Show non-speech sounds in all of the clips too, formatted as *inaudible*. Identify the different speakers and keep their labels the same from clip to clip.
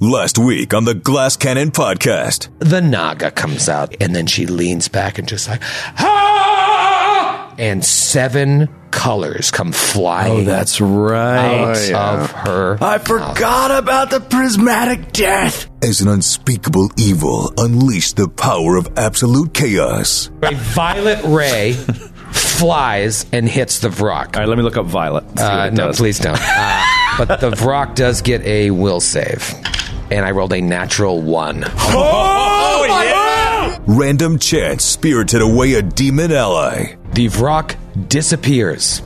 Speaker 1: Last week on the Glass Cannon podcast.
Speaker 2: the naga comes out and then she leans back and just like "Ah!" and seven colors come flying
Speaker 3: Oh, that's right. Oh,
Speaker 2: out of her
Speaker 3: I forgot about the prismatic death.
Speaker 1: As an unspeakable evil unleashed the power of absolute chaos.
Speaker 2: a violet ray flies and hits the vrock
Speaker 3: All right, let me look up Violet. See what
Speaker 2: uh,
Speaker 3: it
Speaker 2: no
Speaker 3: does.
Speaker 2: please don't uh, but the vrock does get a will save and i rolled a natural one
Speaker 3: Oh,
Speaker 1: Random chance spirited away a demon ally.
Speaker 2: the vrock disappears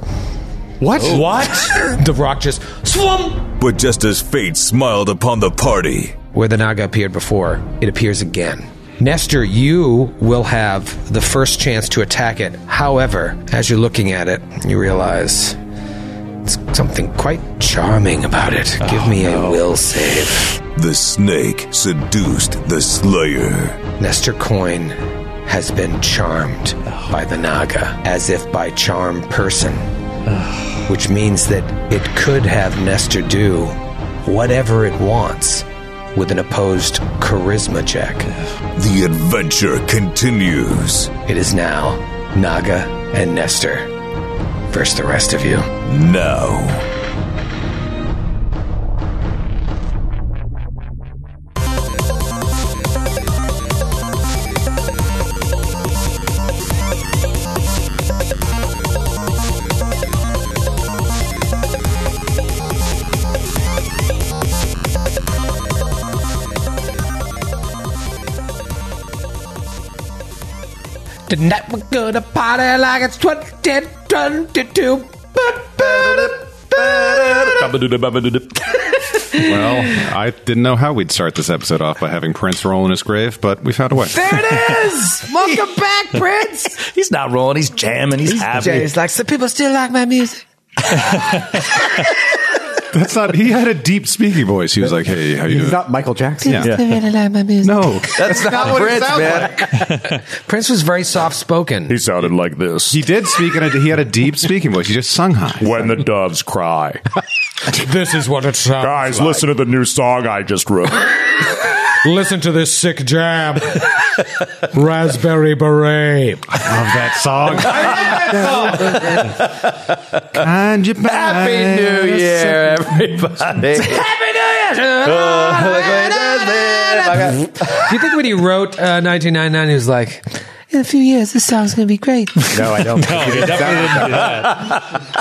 Speaker 3: What?
Speaker 2: what the vrock just swum
Speaker 1: But just as fate smiled upon the party,
Speaker 2: where the Naga appeared before, it appears again. Nestor, you will have the first chance to attack it. However, as you're looking at it, you realize it's something quite charming about it. Give me a will save.
Speaker 1: the snake seduced the slayer.
Speaker 2: Nestor Coin has been charmed by the Naga, as if by charm person, which means that it could have Nestor do whatever it wants with an opposed charisma check.
Speaker 1: The adventure continues.
Speaker 2: It is now Naga and Nestor versus the rest of you.
Speaker 1: Now.
Speaker 2: Tonight we're gonna party like it's 2022.
Speaker 4: Well, I didn't know how we'd start this episode off by having Prince roll in his grave, but we found a way.
Speaker 2: There it *laughs* is! Welcome back, Prince!
Speaker 3: *laughs* He's not rolling. He's jamming. He's, happy.
Speaker 2: Jay's like, so people still like my music.
Speaker 4: That's not. He had a deep speaking voice. He was like, "Hey, how you
Speaker 5: He's
Speaker 4: doing?"
Speaker 5: not Michael Jackson.
Speaker 4: Yeah.
Speaker 6: They really like my music.
Speaker 4: No, that's not, what it sounds like.
Speaker 2: Prince was very soft spoken.
Speaker 7: He sounded like this.
Speaker 4: He did speak, and he had a deep speaking voice. He just sung high.
Speaker 7: when the doves cry.
Speaker 2: This is what it sounds
Speaker 7: Guys, listen to the new song I just wrote.
Speaker 2: Listen to this sick *laughs* jam. Raspberry Beret.
Speaker 4: Love that song. *laughs* Kind you
Speaker 3: Happy New Year, everybody.
Speaker 2: Do you think when he wrote uh, 1999, he was like,
Speaker 6: In a few years, this song's going to be *laughs* great.
Speaker 5: No,
Speaker 4: *laughs*
Speaker 5: I don't. no,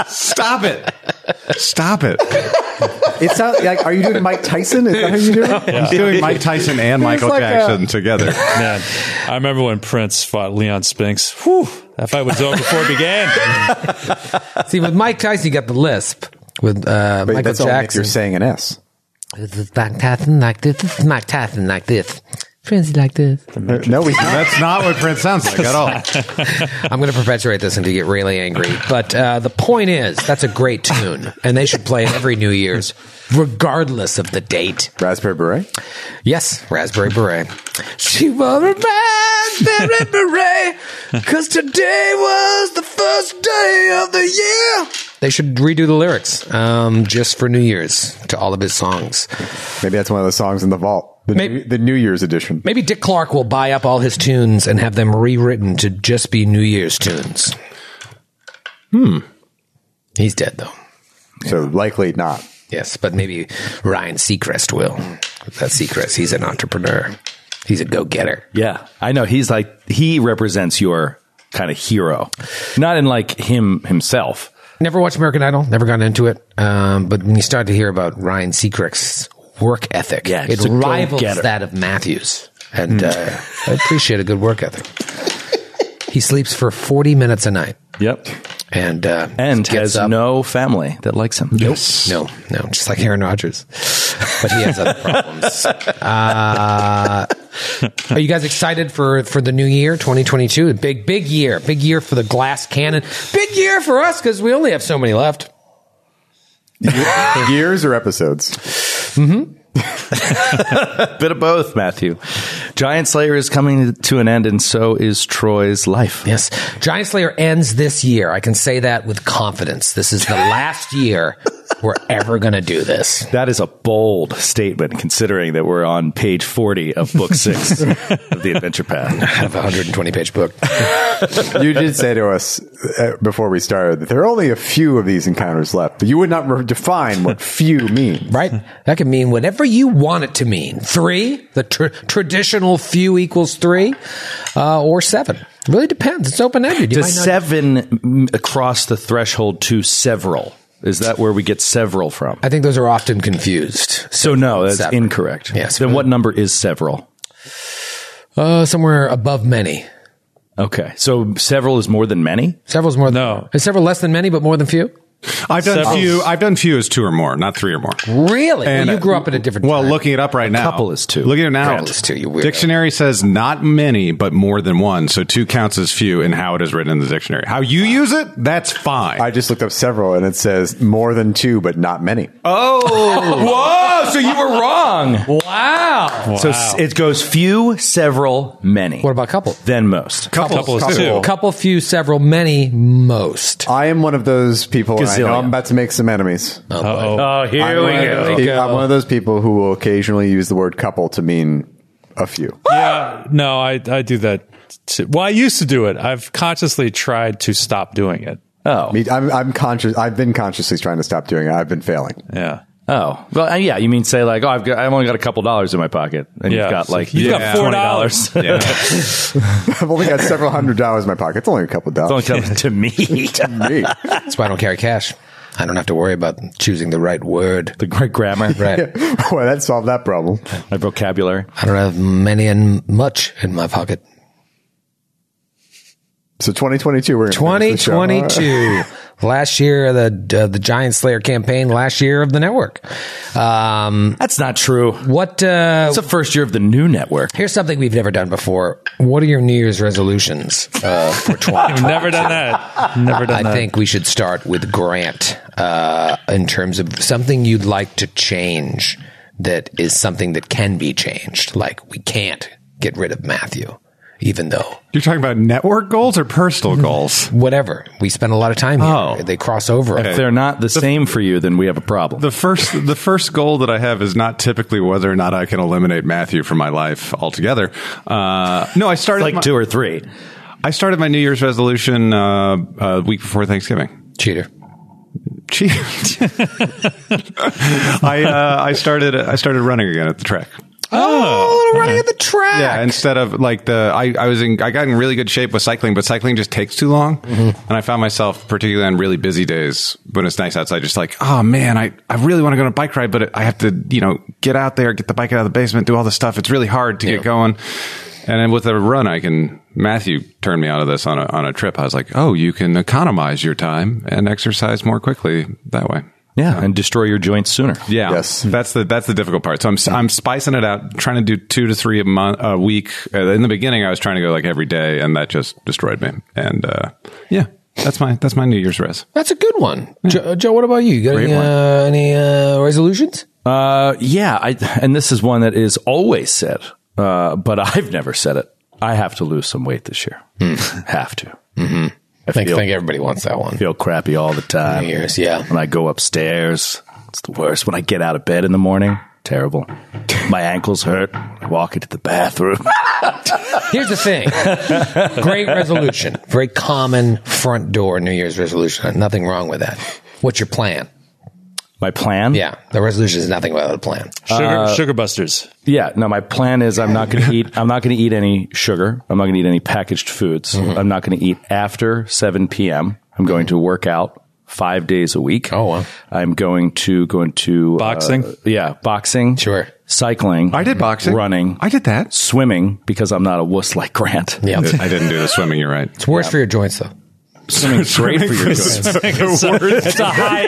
Speaker 4: Stop it! Stop it!
Speaker 5: It sounds like. Are you doing Mike Tyson? Is that how you do it?
Speaker 4: He's doing Mike Tyson and Michael
Speaker 5: like a-
Speaker 4: Jackson together.
Speaker 8: Man, I remember when Prince fought Leon Spinks. Whew, that fight was over before it
Speaker 3: *laughs*
Speaker 8: began.
Speaker 2: see, with Mike Tyson, you got the lisp. With uh,
Speaker 5: Wait,
Speaker 2: Michael
Speaker 5: that's only if
Speaker 2: Jackson,
Speaker 5: you're saying an S.
Speaker 6: This is Mike Tyson like this. This is Mike Tyson like this. Frenzy like this.
Speaker 5: No, we.
Speaker 4: That's not what Prince sounds like at all.
Speaker 2: I'm going to perpetuate this until you get really angry. But uh, the point is, that's a great tune, and they should play it every New Year's, regardless of the date.
Speaker 5: Raspberry Beret.
Speaker 2: Yes, Raspberry Beret. She wore a Raspberry Beret because today was the first day of the year. They should redo the lyrics um, just for New Year's to all of his songs.
Speaker 5: Maybe that's one of the songs in the vault. The,
Speaker 2: Maybe-
Speaker 5: new, the New Year's edition.
Speaker 2: Maybe Dick Clark will buy up all his tunes and have them rewritten to just be New Year's tunes. Hmm. He's dead though.
Speaker 5: So likely not.
Speaker 2: Yes, but maybe Ryan Seacrest will. That's Seacrest. He's an entrepreneur. He's a go-getter.
Speaker 3: Yeah, I know. He's like he represents your kind of hero, not in like him himself.
Speaker 2: Never watched American Idol. Never got into it. Um, but when you start to hear about Ryan Seacrest's work ethic,
Speaker 3: Yeah,
Speaker 2: it
Speaker 3: he's a
Speaker 2: rivals
Speaker 3: go-getter. Hmm.
Speaker 2: that of Matthews. And uh, I appreciate a good work ethic. He sleeps for forty minutes a night,
Speaker 3: Yep,
Speaker 2: and uh,
Speaker 3: and
Speaker 2: gets
Speaker 3: has
Speaker 2: up-
Speaker 3: no family that likes him.
Speaker 4: Yes.
Speaker 2: No, no, just like Aaron Rodgers. But he has other problems. Uh, are you guys excited for for the new year, 2022? Big, big year, big year for the glass cannon, big year for us because we only have so many left.
Speaker 5: Years or episodes?
Speaker 3: Bit of both, Matthew. Giant Slayer is coming to an end, and so is Troy's life.
Speaker 2: Yes, Giant Slayer ends this year. I can say that with confidence. This is the last year
Speaker 6: we're ever going to do this.
Speaker 3: That is a bold statement, considering that we're on page 40 of book six of The Adventure Path.
Speaker 2: Out of a 120 page book.
Speaker 5: You did say to us uh, before we started that there are only a few of these encounters left, but you would not re- define what few mean.
Speaker 2: right? That can mean whatever you want it to mean. Three, the tr- traditional few equals three, uh, or seven. It really depends. It's open ended. You might
Speaker 3: Does
Speaker 2: not-
Speaker 3: seven m- cross the threshold to several? Is that where we get several from?
Speaker 2: I think those are often confused.
Speaker 3: So no, that's
Speaker 2: Seven.
Speaker 3: incorrect.
Speaker 2: Yes.
Speaker 3: Then what number is several?
Speaker 2: Uh, somewhere above many.
Speaker 3: Okay. So several is more than many?
Speaker 2: Several's more than
Speaker 8: No.
Speaker 2: Is several less than many, but more than few?
Speaker 4: I've done
Speaker 8: Several.
Speaker 4: few. I've done few as two or more, not three or more.
Speaker 2: Really?
Speaker 4: And,
Speaker 2: well, you
Speaker 4: uh,
Speaker 2: grew up at a different
Speaker 4: Well,
Speaker 2: time.
Speaker 4: looking it up right now,
Speaker 3: couple is two.
Speaker 4: Looking at it now,
Speaker 2: Couple is two, you weirdo.
Speaker 4: Dictionary says not many, but more than one. So two counts as few in how it is written in the dictionary. How you use it, that's fine.
Speaker 5: I just looked up several, and it says more than two, but not many.
Speaker 3: Oh, *laughs* whoa! So you were wrong.
Speaker 2: wow.
Speaker 3: So s- it goes few, several, many.
Speaker 2: What about couple?
Speaker 3: then most?
Speaker 4: couple,
Speaker 8: Couple is two.
Speaker 2: Couple, few, several, many, most.
Speaker 5: I am one of those people. and I know
Speaker 3: Gazillion.
Speaker 5: I'm about to make some enemies.
Speaker 3: Oh, here
Speaker 5: I'm, one of those- I'm one of those people who will occasionally use the word couple to mean a few.
Speaker 8: Yeah, no, I I do that. Too. Well, I used to do it. I've consciously tried to stop doing it.
Speaker 3: Oh,
Speaker 5: Me- I'm, I'm conscious. I've been consciously trying to stop doing it. I've been failing.
Speaker 8: Yeah,
Speaker 3: oh. Well, uh, yeah. You mean say like, oh, I've got, I've only got a couple dollars in my pocket, and
Speaker 8: Yeah.
Speaker 3: you've got
Speaker 8: So
Speaker 3: like,
Speaker 8: you've got
Speaker 3: yeah.
Speaker 8: $4.
Speaker 3: $20.
Speaker 5: *laughs* I've only got several hundred dollars in my pocket. It's only a couple of
Speaker 3: Don't
Speaker 5: dollars.
Speaker 2: *laughs*
Speaker 3: come to me.
Speaker 5: Me.
Speaker 2: That's why I don't carry cash. I don't have to worry about choosing the right word.
Speaker 3: the great grammar,
Speaker 2: *laughs* Right.
Speaker 5: *laughs* Boy, that solved that problem.
Speaker 3: My vocabulary.
Speaker 2: I don't have many and much in my pocket.
Speaker 5: So 2022, we're gonna finish the show.
Speaker 2: 2022. *laughs* last year of the uh, the Giant Slayer campaign, last year of the network. Um,
Speaker 3: That's not true.
Speaker 2: what uh,
Speaker 3: It's the first year of the new network.
Speaker 2: here's something we've never done before. What are your New Year's resolutions uh, for 2022?
Speaker 8: I've never done that. Never done
Speaker 2: I
Speaker 8: that.
Speaker 2: think we should start with Grant uh, in terms of something you'd like to change that is something that can be changed. Like we can't get rid of Matthew, even though
Speaker 4: *laughs* You're talking about network goals or personal goals?
Speaker 2: whatever we spend a lot of time here,
Speaker 3: Oh.
Speaker 2: they cross over.
Speaker 3: If they're not the same for you, then we have a problem.
Speaker 4: The first, the first goal that I have is not typically whether or not I can eliminate Matthew from my life altogether. Uh, no, I started
Speaker 3: like
Speaker 4: my,
Speaker 3: two or three.
Speaker 4: I started my New Year's resolution uh, a week before Thanksgiving.
Speaker 2: Cheater.
Speaker 4: Gee. *laughs* I uh, I started I started running again at the track.
Speaker 2: Oh, running at the track.
Speaker 4: Yeah, instead of like the I, I was in I got in really good shape with cycling, but cycling just takes too long. And I found myself particularly on really busy days when it's nice outside, just like oh man, I I really want to go on a bike ride, but I have to you know get out there, get the bike out of the basement, do all this stuff. It's really hard to get going. And then with a run, I can. Matthew turned me onto this on a on a trip. I was like, oh, you can economize your time and exercise more quickly that way.
Speaker 3: Yeah, and destroy your joints sooner.
Speaker 4: Yeah,
Speaker 5: Yes.
Speaker 4: that's the that's the difficult part. So I'm I'm spicing it out, trying to do two to three a month a week. Uh, in the beginning, I was trying to go like every day, and that just destroyed me. And uh, yeah, that's my that's my New Year's res.
Speaker 2: That's a good one. Joe, Joe, what about you? You got any, uh, any uh, resolutions?
Speaker 3: Uh, yeah, I, and this is one that is always said, uh, but *laughs* I've never said it. I have to lose some weight this year.
Speaker 2: Hmm.
Speaker 3: have to.
Speaker 2: I think,
Speaker 3: feel-
Speaker 2: think everybody wants that one.
Speaker 3: Feel crappy all the time.
Speaker 2: New Year's, yeah. *laughs*
Speaker 3: When I go upstairs, it's the worst. When I get out of bed in the morning, terrible. My ankles hurt. I walk into the bathroom. *laughs*
Speaker 2: Here's the thing. Great resolution. Very common front door New Year's resolution. Nothing wrong with that. What's your plan?
Speaker 3: My plan?
Speaker 2: Yeah, the resolution is nothing without a plan.
Speaker 8: *laughs* sugar
Speaker 3: Uh, *laughs*
Speaker 8: sugar busters.
Speaker 3: Yeah, no, my plan is I'm not going
Speaker 4: *laughs*
Speaker 3: to eat. I'm not going to eat any sugar. I'm not going to eat any packaged foods.
Speaker 4: Mm-hmm.
Speaker 3: I'm not going to eat after 7 p.m. I'm going to work out five days a week.
Speaker 2: Oh, wow.
Speaker 3: I'm going to go into uh,
Speaker 8: Boxing?
Speaker 3: yeah, boxing.
Speaker 2: Sure.
Speaker 3: Cycling.
Speaker 4: I did boxing,
Speaker 3: Running.
Speaker 4: I did that.
Speaker 3: swimming because I'm not a wuss like Grant.
Speaker 2: Yeah. *laughs* It's
Speaker 4: I didn't do the swimming. You're right.
Speaker 2: worse for your joints, though.
Speaker 3: *laughs* Swimming's great for your joints.
Speaker 8: *laughs* It's a, it's a
Speaker 3: *laughs*
Speaker 8: high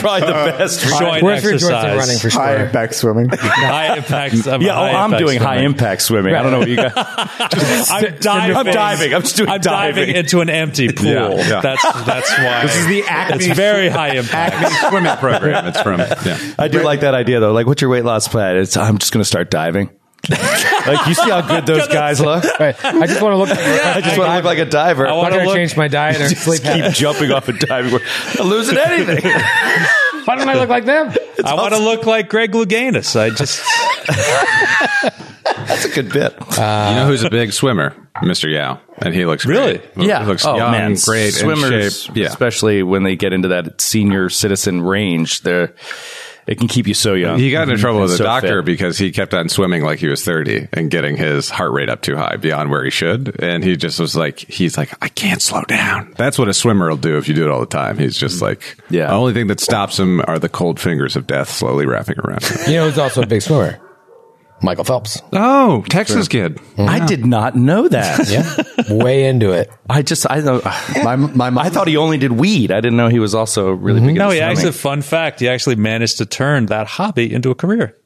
Speaker 3: *laughs* Probably the
Speaker 4: Uh,
Speaker 3: best.
Speaker 8: joint
Speaker 2: Worse for your joints than
Speaker 8: exercise.
Speaker 2: running for
Speaker 5: High
Speaker 2: sure.
Speaker 5: back swimming.
Speaker 8: high impact. I'm
Speaker 3: *laughs*
Speaker 8: a
Speaker 3: Yeah, oh,
Speaker 8: high
Speaker 3: I'm
Speaker 8: impact
Speaker 3: doing high
Speaker 8: swimmer.
Speaker 3: impact swimming. I don't know what you *laughs*
Speaker 4: *laughs*
Speaker 3: got.
Speaker 8: I'm diving.
Speaker 3: I'm diving. I'm just doing
Speaker 8: I'm diving.
Speaker 3: diving.
Speaker 8: into an empty pool.
Speaker 4: Yeah, yeah.
Speaker 8: That's that's why. This is the
Speaker 3: acme-
Speaker 8: It's very high impact.
Speaker 4: *laughs* swimming program. It's from yeah.
Speaker 3: I do like that idea though. Like, what's your weight loss plan? It's I'm just going to start
Speaker 4: *laughs*
Speaker 3: diving. like, you see how good those guys look?
Speaker 2: Right. I just *laughs* want to look.
Speaker 3: I just want to look like a diver.
Speaker 8: I
Speaker 2: I'm not going to
Speaker 3: *laughs*
Speaker 8: want to look.
Speaker 2: change my diet or
Speaker 3: just
Speaker 2: sleep.
Speaker 4: *laughs*
Speaker 3: keep jumping off a diving board. I'm not losing anything.
Speaker 2: Why don't I look like them?
Speaker 8: I want to look like Greg Louganis. I just
Speaker 3: That's a good bit.
Speaker 4: you know who's a big swimmer? Mr. Yao. And he looks
Speaker 8: Really?
Speaker 4: Great. He looks young, Oh, great, in
Speaker 3: Oh, Swimmers,
Speaker 4: shape. Yeah.
Speaker 3: especially when they get into that senior citizen range, they're it can keep you so young.
Speaker 4: He got in trouble
Speaker 3: Mm-hmm. And
Speaker 4: with
Speaker 3: so
Speaker 4: a doctor
Speaker 3: fit.
Speaker 4: because he kept on swimming like he was 30 and getting his heart rate up too high beyond where he should. And he just was like, he's like, I can't slow down. That's what a swimmer will do if you do it all the time. He's just like,
Speaker 3: Yeah.
Speaker 4: The only thing that stops him are the cold fingers of death slowly wrapping around. him.
Speaker 2: You know who's also a big swimmer? Michael Phelps.
Speaker 4: *laughs* oh, Texas kid.
Speaker 3: I did not know
Speaker 4: *laughs*
Speaker 3: that.
Speaker 2: Yeah. Way into it.
Speaker 3: I just I *laughs* know
Speaker 5: *laughs* My, my mom,
Speaker 3: I thought he only did weed. I didn't know he was also really big.
Speaker 8: no.
Speaker 3: into
Speaker 8: He actually,
Speaker 3: swimming.
Speaker 8: fun fact, he actually managed to turn that hobby into a career.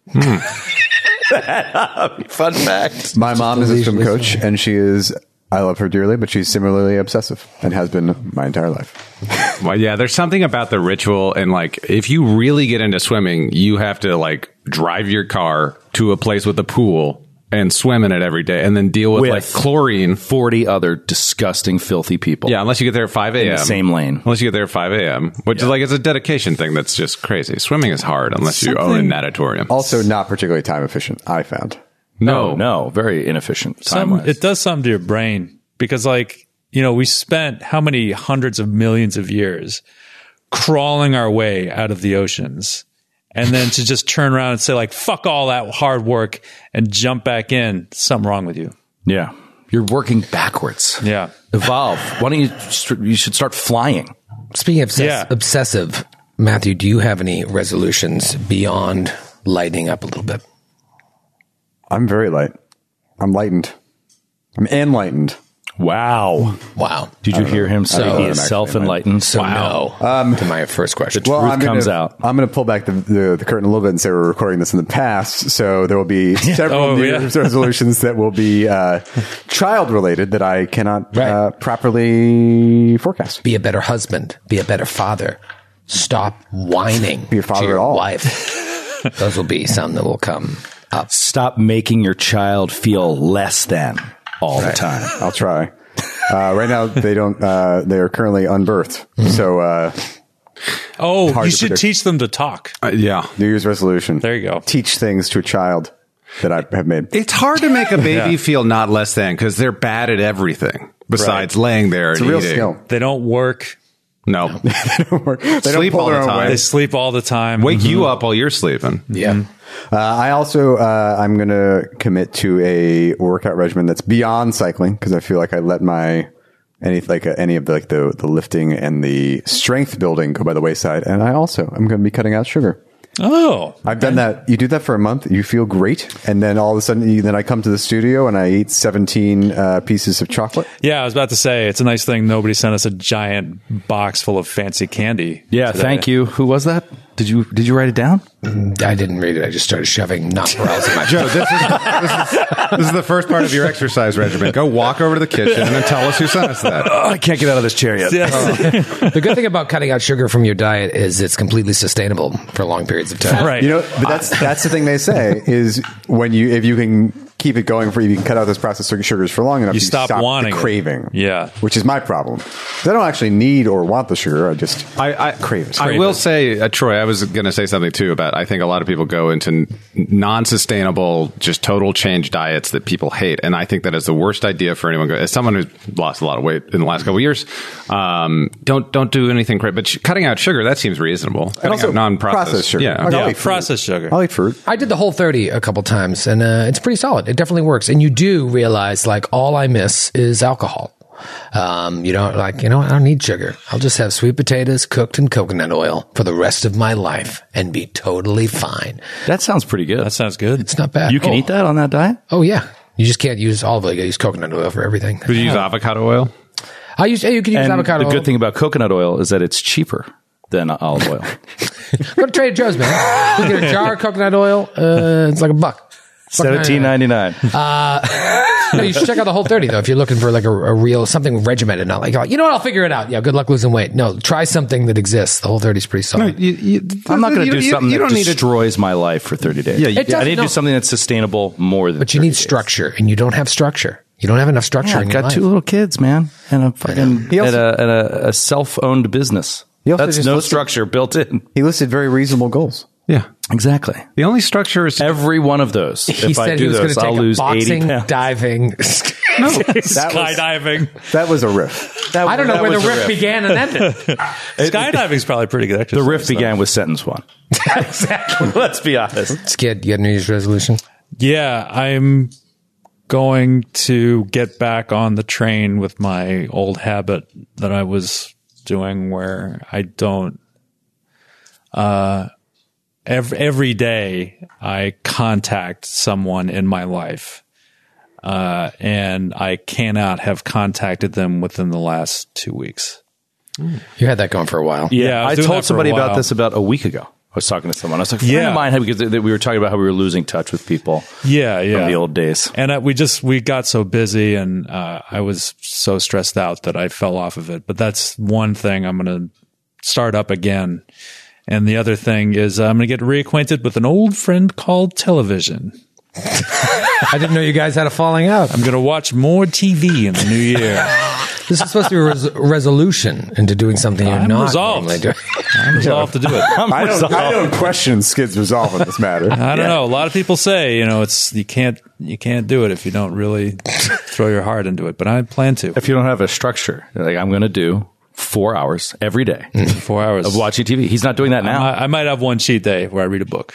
Speaker 3: fun fact.
Speaker 5: my mom is a swim coach, and she is. I love her dearly, but she's similarly obsessive and has been my entire life.
Speaker 4: Well, yeah, there's something about the ritual, and like if you really get into swimming, you have to like drive your car to a place with a pool and swim in it every day, and then deal with,
Speaker 3: With-
Speaker 4: like chlorine.
Speaker 3: Forty other disgusting, filthy people.
Speaker 4: Yeah, unless you get there at five a.m.
Speaker 3: the same lane.
Speaker 4: Unless you get there at five a.m., which is like it's a dedication thing that's just crazy. Swimming is hard unless you own a
Speaker 5: Something-
Speaker 4: natatorium.
Speaker 5: Also, not particularly time efficient. I found.
Speaker 3: No, no, very inefficient time
Speaker 8: Some,
Speaker 3: wise.
Speaker 8: it does something to your brain because, like, you know, we spent how many hundreds of millions of years crawling our way out of the oceans. And then to just turn around and say, like, fuck all that hard work and jump back in, something wrong with you.
Speaker 3: Yeah, you're working backwards.
Speaker 8: Yeah.
Speaker 3: Evolve. Why don't you? St- you should start flying.
Speaker 2: Speaking of obsess-
Speaker 8: Yeah.
Speaker 2: obsessive, Matthew, do you have any resolutions beyond lighting up a little bit?
Speaker 5: I'm very light. I'm lightened. I'm enlightened.
Speaker 3: Wow.
Speaker 2: Wow.
Speaker 3: Did you hear him say
Speaker 5: know
Speaker 3: he
Speaker 5: what I'm
Speaker 3: is
Speaker 5: actually
Speaker 3: self enlightened?
Speaker 2: So no to my first question.
Speaker 3: Ruth
Speaker 5: I'm gonna-
Speaker 3: comes out.
Speaker 5: I'm going to pull back the, the, the curtain a little bit and say we're recording this in the past, so there will *laughs* be several
Speaker 8: Oh,
Speaker 5: New
Speaker 8: yeah.
Speaker 5: Year's resolutions that will be *laughs* uh, child related that I cannot
Speaker 2: Right.
Speaker 5: uh, properly forecast.
Speaker 2: be a better husband. Be a better father. Stop whining.
Speaker 5: Be a father
Speaker 2: to your
Speaker 5: at all.
Speaker 2: Wife. Those will be some that will come up.
Speaker 3: Stop making your child feel less than all the time.
Speaker 5: I'll try. Uh, right now, they don't. Uh, they are currently unbirthed,
Speaker 8: Mm-hmm.
Speaker 5: so uh,
Speaker 8: Oh,
Speaker 5: Hard
Speaker 8: you
Speaker 5: to
Speaker 8: should
Speaker 5: predict.
Speaker 8: teach them to talk.
Speaker 4: Uh, yeah.
Speaker 5: New Year's resolution.
Speaker 8: There you go.
Speaker 5: Teach things to a child that I have made.
Speaker 4: It's hard to *laughs* make a baby feel not less than because they're bad at everything besides laying there
Speaker 5: It's a
Speaker 4: and
Speaker 5: real
Speaker 4: eating.
Speaker 5: skill.
Speaker 8: They don't work.
Speaker 4: *laughs* No,
Speaker 5: they
Speaker 4: Sleep all the time.
Speaker 8: They sleep all the time.
Speaker 4: wake you up while you're sleeping.
Speaker 2: Yeah.
Speaker 5: Uh, I also uh, I'm going to commit to a workout regimen that's beyond cycling because I feel like I let my any like uh, any of the, like the the lifting and the strength building go by the wayside, and I also I'm going to be cutting out sugar.
Speaker 8: Oh,
Speaker 5: I've done that. You do that for a month, you feel great, and then all of a sudden, you, then I come to the studio and I eat 17 uh, pieces of chocolate.
Speaker 8: yeah. I was about to say it's a nice thing nobody sent us a giant box full of fancy candy.
Speaker 3: Yeah, thank you. Who was that? Did you did you write it down?
Speaker 2: I didn't read it. I just started shoving nut balls in my
Speaker 4: Joe, this is, this, is, this is the first part of your exercise regimen. Go walk over to the kitchen and tell us who sent us
Speaker 8: Oh,
Speaker 4: that.
Speaker 3: I can't get out of this chair yet.
Speaker 2: The good thing about cutting out sugar from your diet is it's completely sustainable for long periods of
Speaker 3: *laughs*
Speaker 2: time.
Speaker 8: Oh, Right.
Speaker 5: You know, but that's that's the thing they say is when you if you can keep it going for you can cut out those processed sugar- sugars for long enough,
Speaker 8: You stop wanting
Speaker 5: the
Speaker 8: it.
Speaker 5: craving.
Speaker 8: Yeah.
Speaker 5: which is my problem. 'Cause I don't actually need or want the sugar. I just
Speaker 4: I, I
Speaker 5: crave it.
Speaker 4: I will say, uh, Troy, I was going to say something too about. I think a lot of people go into n- non-sustainable, just total change diets that people hate, and I think that is the worst idea for anyone. go- As someone who's lost a lot of weight in the last couple of years, um, don't don't do anything crazy. But sh- cutting out sugar that seems reasonable. Cutting
Speaker 5: also
Speaker 4: out non-processed
Speaker 5: processed sugar.
Speaker 4: Yeah,
Speaker 5: Like,
Speaker 8: Yeah,
Speaker 5: I'll eat fruit.
Speaker 8: processed sugar.
Speaker 3: Oh,
Speaker 5: I'll eat fruit.
Speaker 2: I did the whole 30 a couple times and uh, it's pretty solid. It definitely works. And you do realize like all I miss is alcohol. Um, you don't like, you know, what? I don't need sugar. I'll just have sweet potatoes cooked in coconut oil for the rest of my life and be totally fine.
Speaker 3: That sounds pretty good.
Speaker 8: That sounds good.
Speaker 2: It's not bad.
Speaker 3: you can
Speaker 2: Oh.
Speaker 3: eat that on that diet?
Speaker 2: Oh yeah. You just can't use olive oil. You gotta use coconut oil for everything.
Speaker 4: Could you use avocado oil?
Speaker 2: I use, hey, you can use
Speaker 3: And
Speaker 2: avocado
Speaker 3: the
Speaker 2: oil.
Speaker 3: good thing about coconut oil is that it's cheaper than uh, olive oil.
Speaker 2: Go to Trader Joe's,
Speaker 5: *laughs*
Speaker 2: man. You get a jar of coconut oil. Uh, it's like a buck.
Speaker 3: Seventeen ninety *laughs* nine.
Speaker 2: No, you should check out the whole 30 though if you're looking for like a, a real something regimented not like oh, you know what i'll figure it out yeah good luck losing weight no try something that exists the whole 30 is pretty solid
Speaker 3: I'm not going to do something
Speaker 4: You,
Speaker 3: that
Speaker 4: don't need a
Speaker 3: destroys my life for 30 days. Yeah,
Speaker 2: It doesn't-
Speaker 3: I need to
Speaker 2: no.
Speaker 3: do something that's sustainable more than.
Speaker 2: but you need
Speaker 3: 30 days.
Speaker 2: structure and you don't have structure you don't have enough structure
Speaker 3: Yeah,
Speaker 2: in
Speaker 3: I've
Speaker 2: your
Speaker 3: got two
Speaker 2: life.
Speaker 3: little kids, man, and a fucking and a, and a, a self owned business.
Speaker 5: He also
Speaker 3: That's
Speaker 5: just
Speaker 3: no
Speaker 5: listed-
Speaker 3: structure built in.
Speaker 5: He listed very reasonable goals.
Speaker 4: Yeah.
Speaker 3: Exactly.
Speaker 4: The only structure is
Speaker 3: Every one of
Speaker 2: *laughs*
Speaker 3: those.
Speaker 2: He
Speaker 3: if
Speaker 2: said
Speaker 3: I
Speaker 2: he
Speaker 3: do
Speaker 2: was going
Speaker 3: those,
Speaker 2: to
Speaker 3: I'll
Speaker 2: take
Speaker 3: lose
Speaker 2: a boxing,
Speaker 3: 80 pounds. *laughs*
Speaker 2: diving.
Speaker 8: *laughs* skydiving.
Speaker 5: That was a
Speaker 8: *laughs*
Speaker 5: riff. That
Speaker 2: I don't know
Speaker 3: That
Speaker 2: where the
Speaker 3: was a
Speaker 2: riff
Speaker 3: riff.
Speaker 2: began and
Speaker 3: *laughs*
Speaker 2: ended.
Speaker 8: Skydiving's probably pretty good.
Speaker 3: The
Speaker 8: Exercise,
Speaker 3: riff
Speaker 8: though.
Speaker 3: began with sentence
Speaker 2: *laughs*
Speaker 3: one.
Speaker 2: exactly.
Speaker 3: Let's be honest.
Speaker 2: Skid, you got a New Year's resolution?
Speaker 8: Yeah, I'm going to get back on the train with my old habit that I was doing where I don't uh every, every day I contact someone in my life. Uh and I cannot have contacted them within the last 2 weeks.
Speaker 2: You had that going for a while.
Speaker 8: Yeah, I was
Speaker 3: I
Speaker 8: doing that
Speaker 3: told
Speaker 8: for a
Speaker 3: somebody about
Speaker 8: while.
Speaker 3: this about a week ago. I was talking to someone. I was like, friend
Speaker 8: Yeah.
Speaker 3: of mine, had- because th- we were talking about how we were losing touch with people
Speaker 8: Yeah, yeah.
Speaker 3: from the old days.
Speaker 8: And I, we just we got so busy, and uh, I was so stressed out that I fell off of it. But that's one thing I'm going to start up again. And the other thing is I'm going to get reacquainted with an old friend called television.
Speaker 2: I didn't know you guys had a falling out.
Speaker 8: I'm going to watch more TV in the new year.
Speaker 2: This is supposed to be a res- resolution into doing something you're
Speaker 8: I'm
Speaker 2: not
Speaker 8: resolved.
Speaker 2: normally doing.
Speaker 8: I'm resolved to do it.
Speaker 5: I don't, I don't question Skid's resolve on this
Speaker 8: *laughs*
Speaker 5: matter.
Speaker 8: I don't know. A lot of people say, you know, it's you can't you can't do it if you don't really throw your heart into it. But I plan to.
Speaker 3: If you don't have a structure, like I'm going to do four hours every *laughs* day
Speaker 8: Four hours.
Speaker 3: of watching TV. He's not doing that now.
Speaker 8: I, I might have one cheat day where I read a book.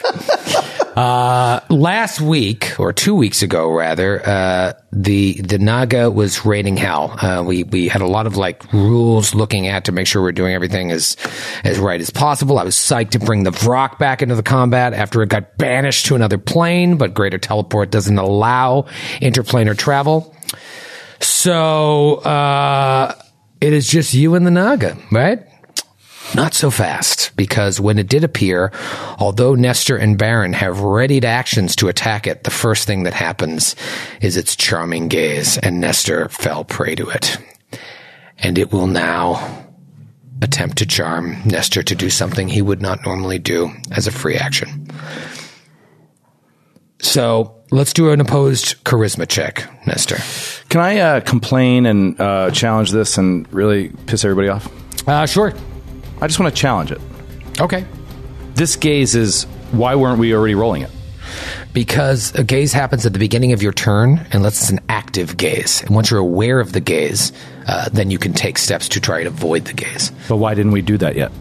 Speaker 2: Last week, or two weeks ago, rather, uh, the the Naga was raining hell. Uh, we we had a lot of like rules looking at to make sure we're doing everything as as right as possible. I was psyched to bring the Vrock back into the combat after it got banished to another plane, but Greater Teleport doesn't allow interplanar travel. So uh, it is just you and the Naga, right? Not so fast, because when it did appear, although Nestor and Baron have readied actions to attack it, the first thing that happens is its charming gaze, and Nestor fell prey to it. And it will now attempt to charm Nestor to do something he would not normally do as a free action. So let's do an opposed charisma check, Nestor.
Speaker 3: Can I uh, complain and uh, challenge this and really piss everybody off?
Speaker 2: Uh, sure.
Speaker 3: I just want to challenge it.
Speaker 2: Okay.
Speaker 3: This gaze is why weren't we already rolling it?
Speaker 2: Because a gaze happens at the beginning of your turn, unless it's an active gaze. And once you're aware of the gaze, uh, then you can take steps to try to avoid the gaze.
Speaker 3: But why didn't we do that yet?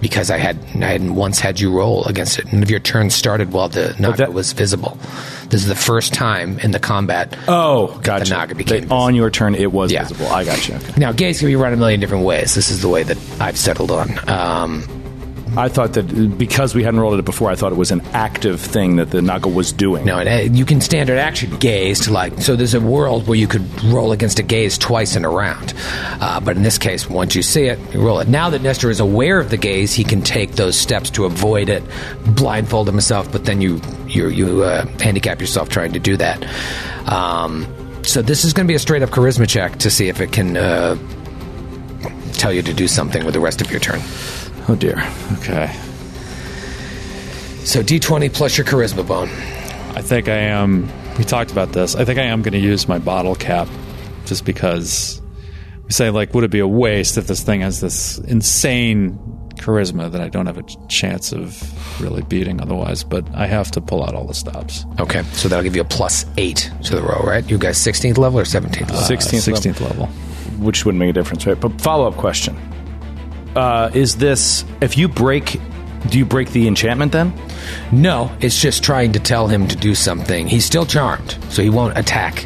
Speaker 2: Because I had I hadn't once had you roll against it. None of your turns started while the Naga
Speaker 3: that-
Speaker 2: was visible. This is the first time in the combat.
Speaker 3: Oh,
Speaker 2: gotcha.
Speaker 3: gotcha.
Speaker 2: Naga became visible.
Speaker 3: on your turn, it was
Speaker 2: Yeah.
Speaker 3: visible. I got you. Okay.
Speaker 2: Now, gaze can be run a million different ways. This is the way that I've settled on. Um,
Speaker 3: I thought that because we hadn't rolled it before, I thought it was an active thing that the Naga was doing.
Speaker 2: No, it, eh, you can standard action gaze to like. So there's a world where you could roll against a gaze twice in a round. Uh, but in this case, once you see it, you roll it. Now that Nestor is aware of the gaze, he can take those steps to avoid it, blindfold himself. But then you you you uh, handicap yourself trying to do that. Um, so this is going to be a straight up charisma check to see if it can. Uh, Tell you to do something with the rest of your turn.
Speaker 3: Oh, dear.
Speaker 8: Okay.
Speaker 2: So D20 plus your charisma bone.
Speaker 8: I think I am. We talked about this. I think I am going to use my bottle cap just because we say, like, would it be a waste if this thing has this insane charisma that I don't have a ch- chance of really beating otherwise? But I have to pull out all the stops. Uh,
Speaker 2: Okay, so that'll give you a plus eight to the roll, right? You guys 16th level or 17th level?
Speaker 3: 16th, level.
Speaker 8: 16th level.
Speaker 3: which wouldn't make a difference, right? But follow up question: uh, Is this if you break? Do you break the enchantment then?
Speaker 2: No, it's just trying to tell him to do something. He's still charmed, so he won't attack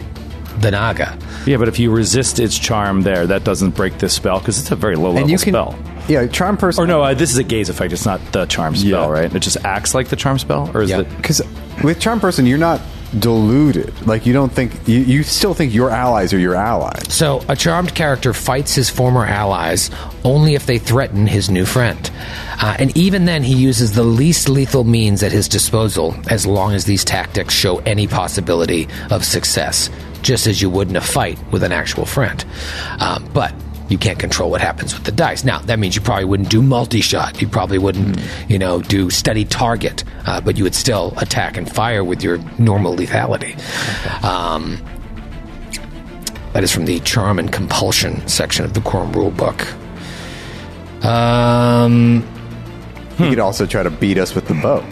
Speaker 2: the Naga.
Speaker 3: Yeah, but if you resist its charm, there that doesn't break this spell because it's a very low level
Speaker 5: you can-
Speaker 3: spell.
Speaker 5: Yeah, charm person.
Speaker 3: Or no, uh, this is a gaze effect. It's not the charm spell, right? It just acts like the charm spell, or is
Speaker 2: Yeah.
Speaker 3: it?
Speaker 5: Because with charm person, you're not deluded. Like you don't think you, you still think your allies are your allies.
Speaker 2: So, a charmed character fights his former allies only if they threaten his new friend. Uh, and even then, he uses the least lethal means at his disposal as long as these tactics show any possibility of success, just as you would in a fight with an actual friend. Um, but you can't control what happens with the dice. Now, that means you probably wouldn't do multi shot. You probably wouldn't, you know, do steady target, uh, but you would still attack and fire with your normal lethality. Um, that is from the Charm and Compulsion section of the Quorum Rulebook.
Speaker 9: Um,
Speaker 8: Hmm.
Speaker 5: He could also try to beat us with the bow.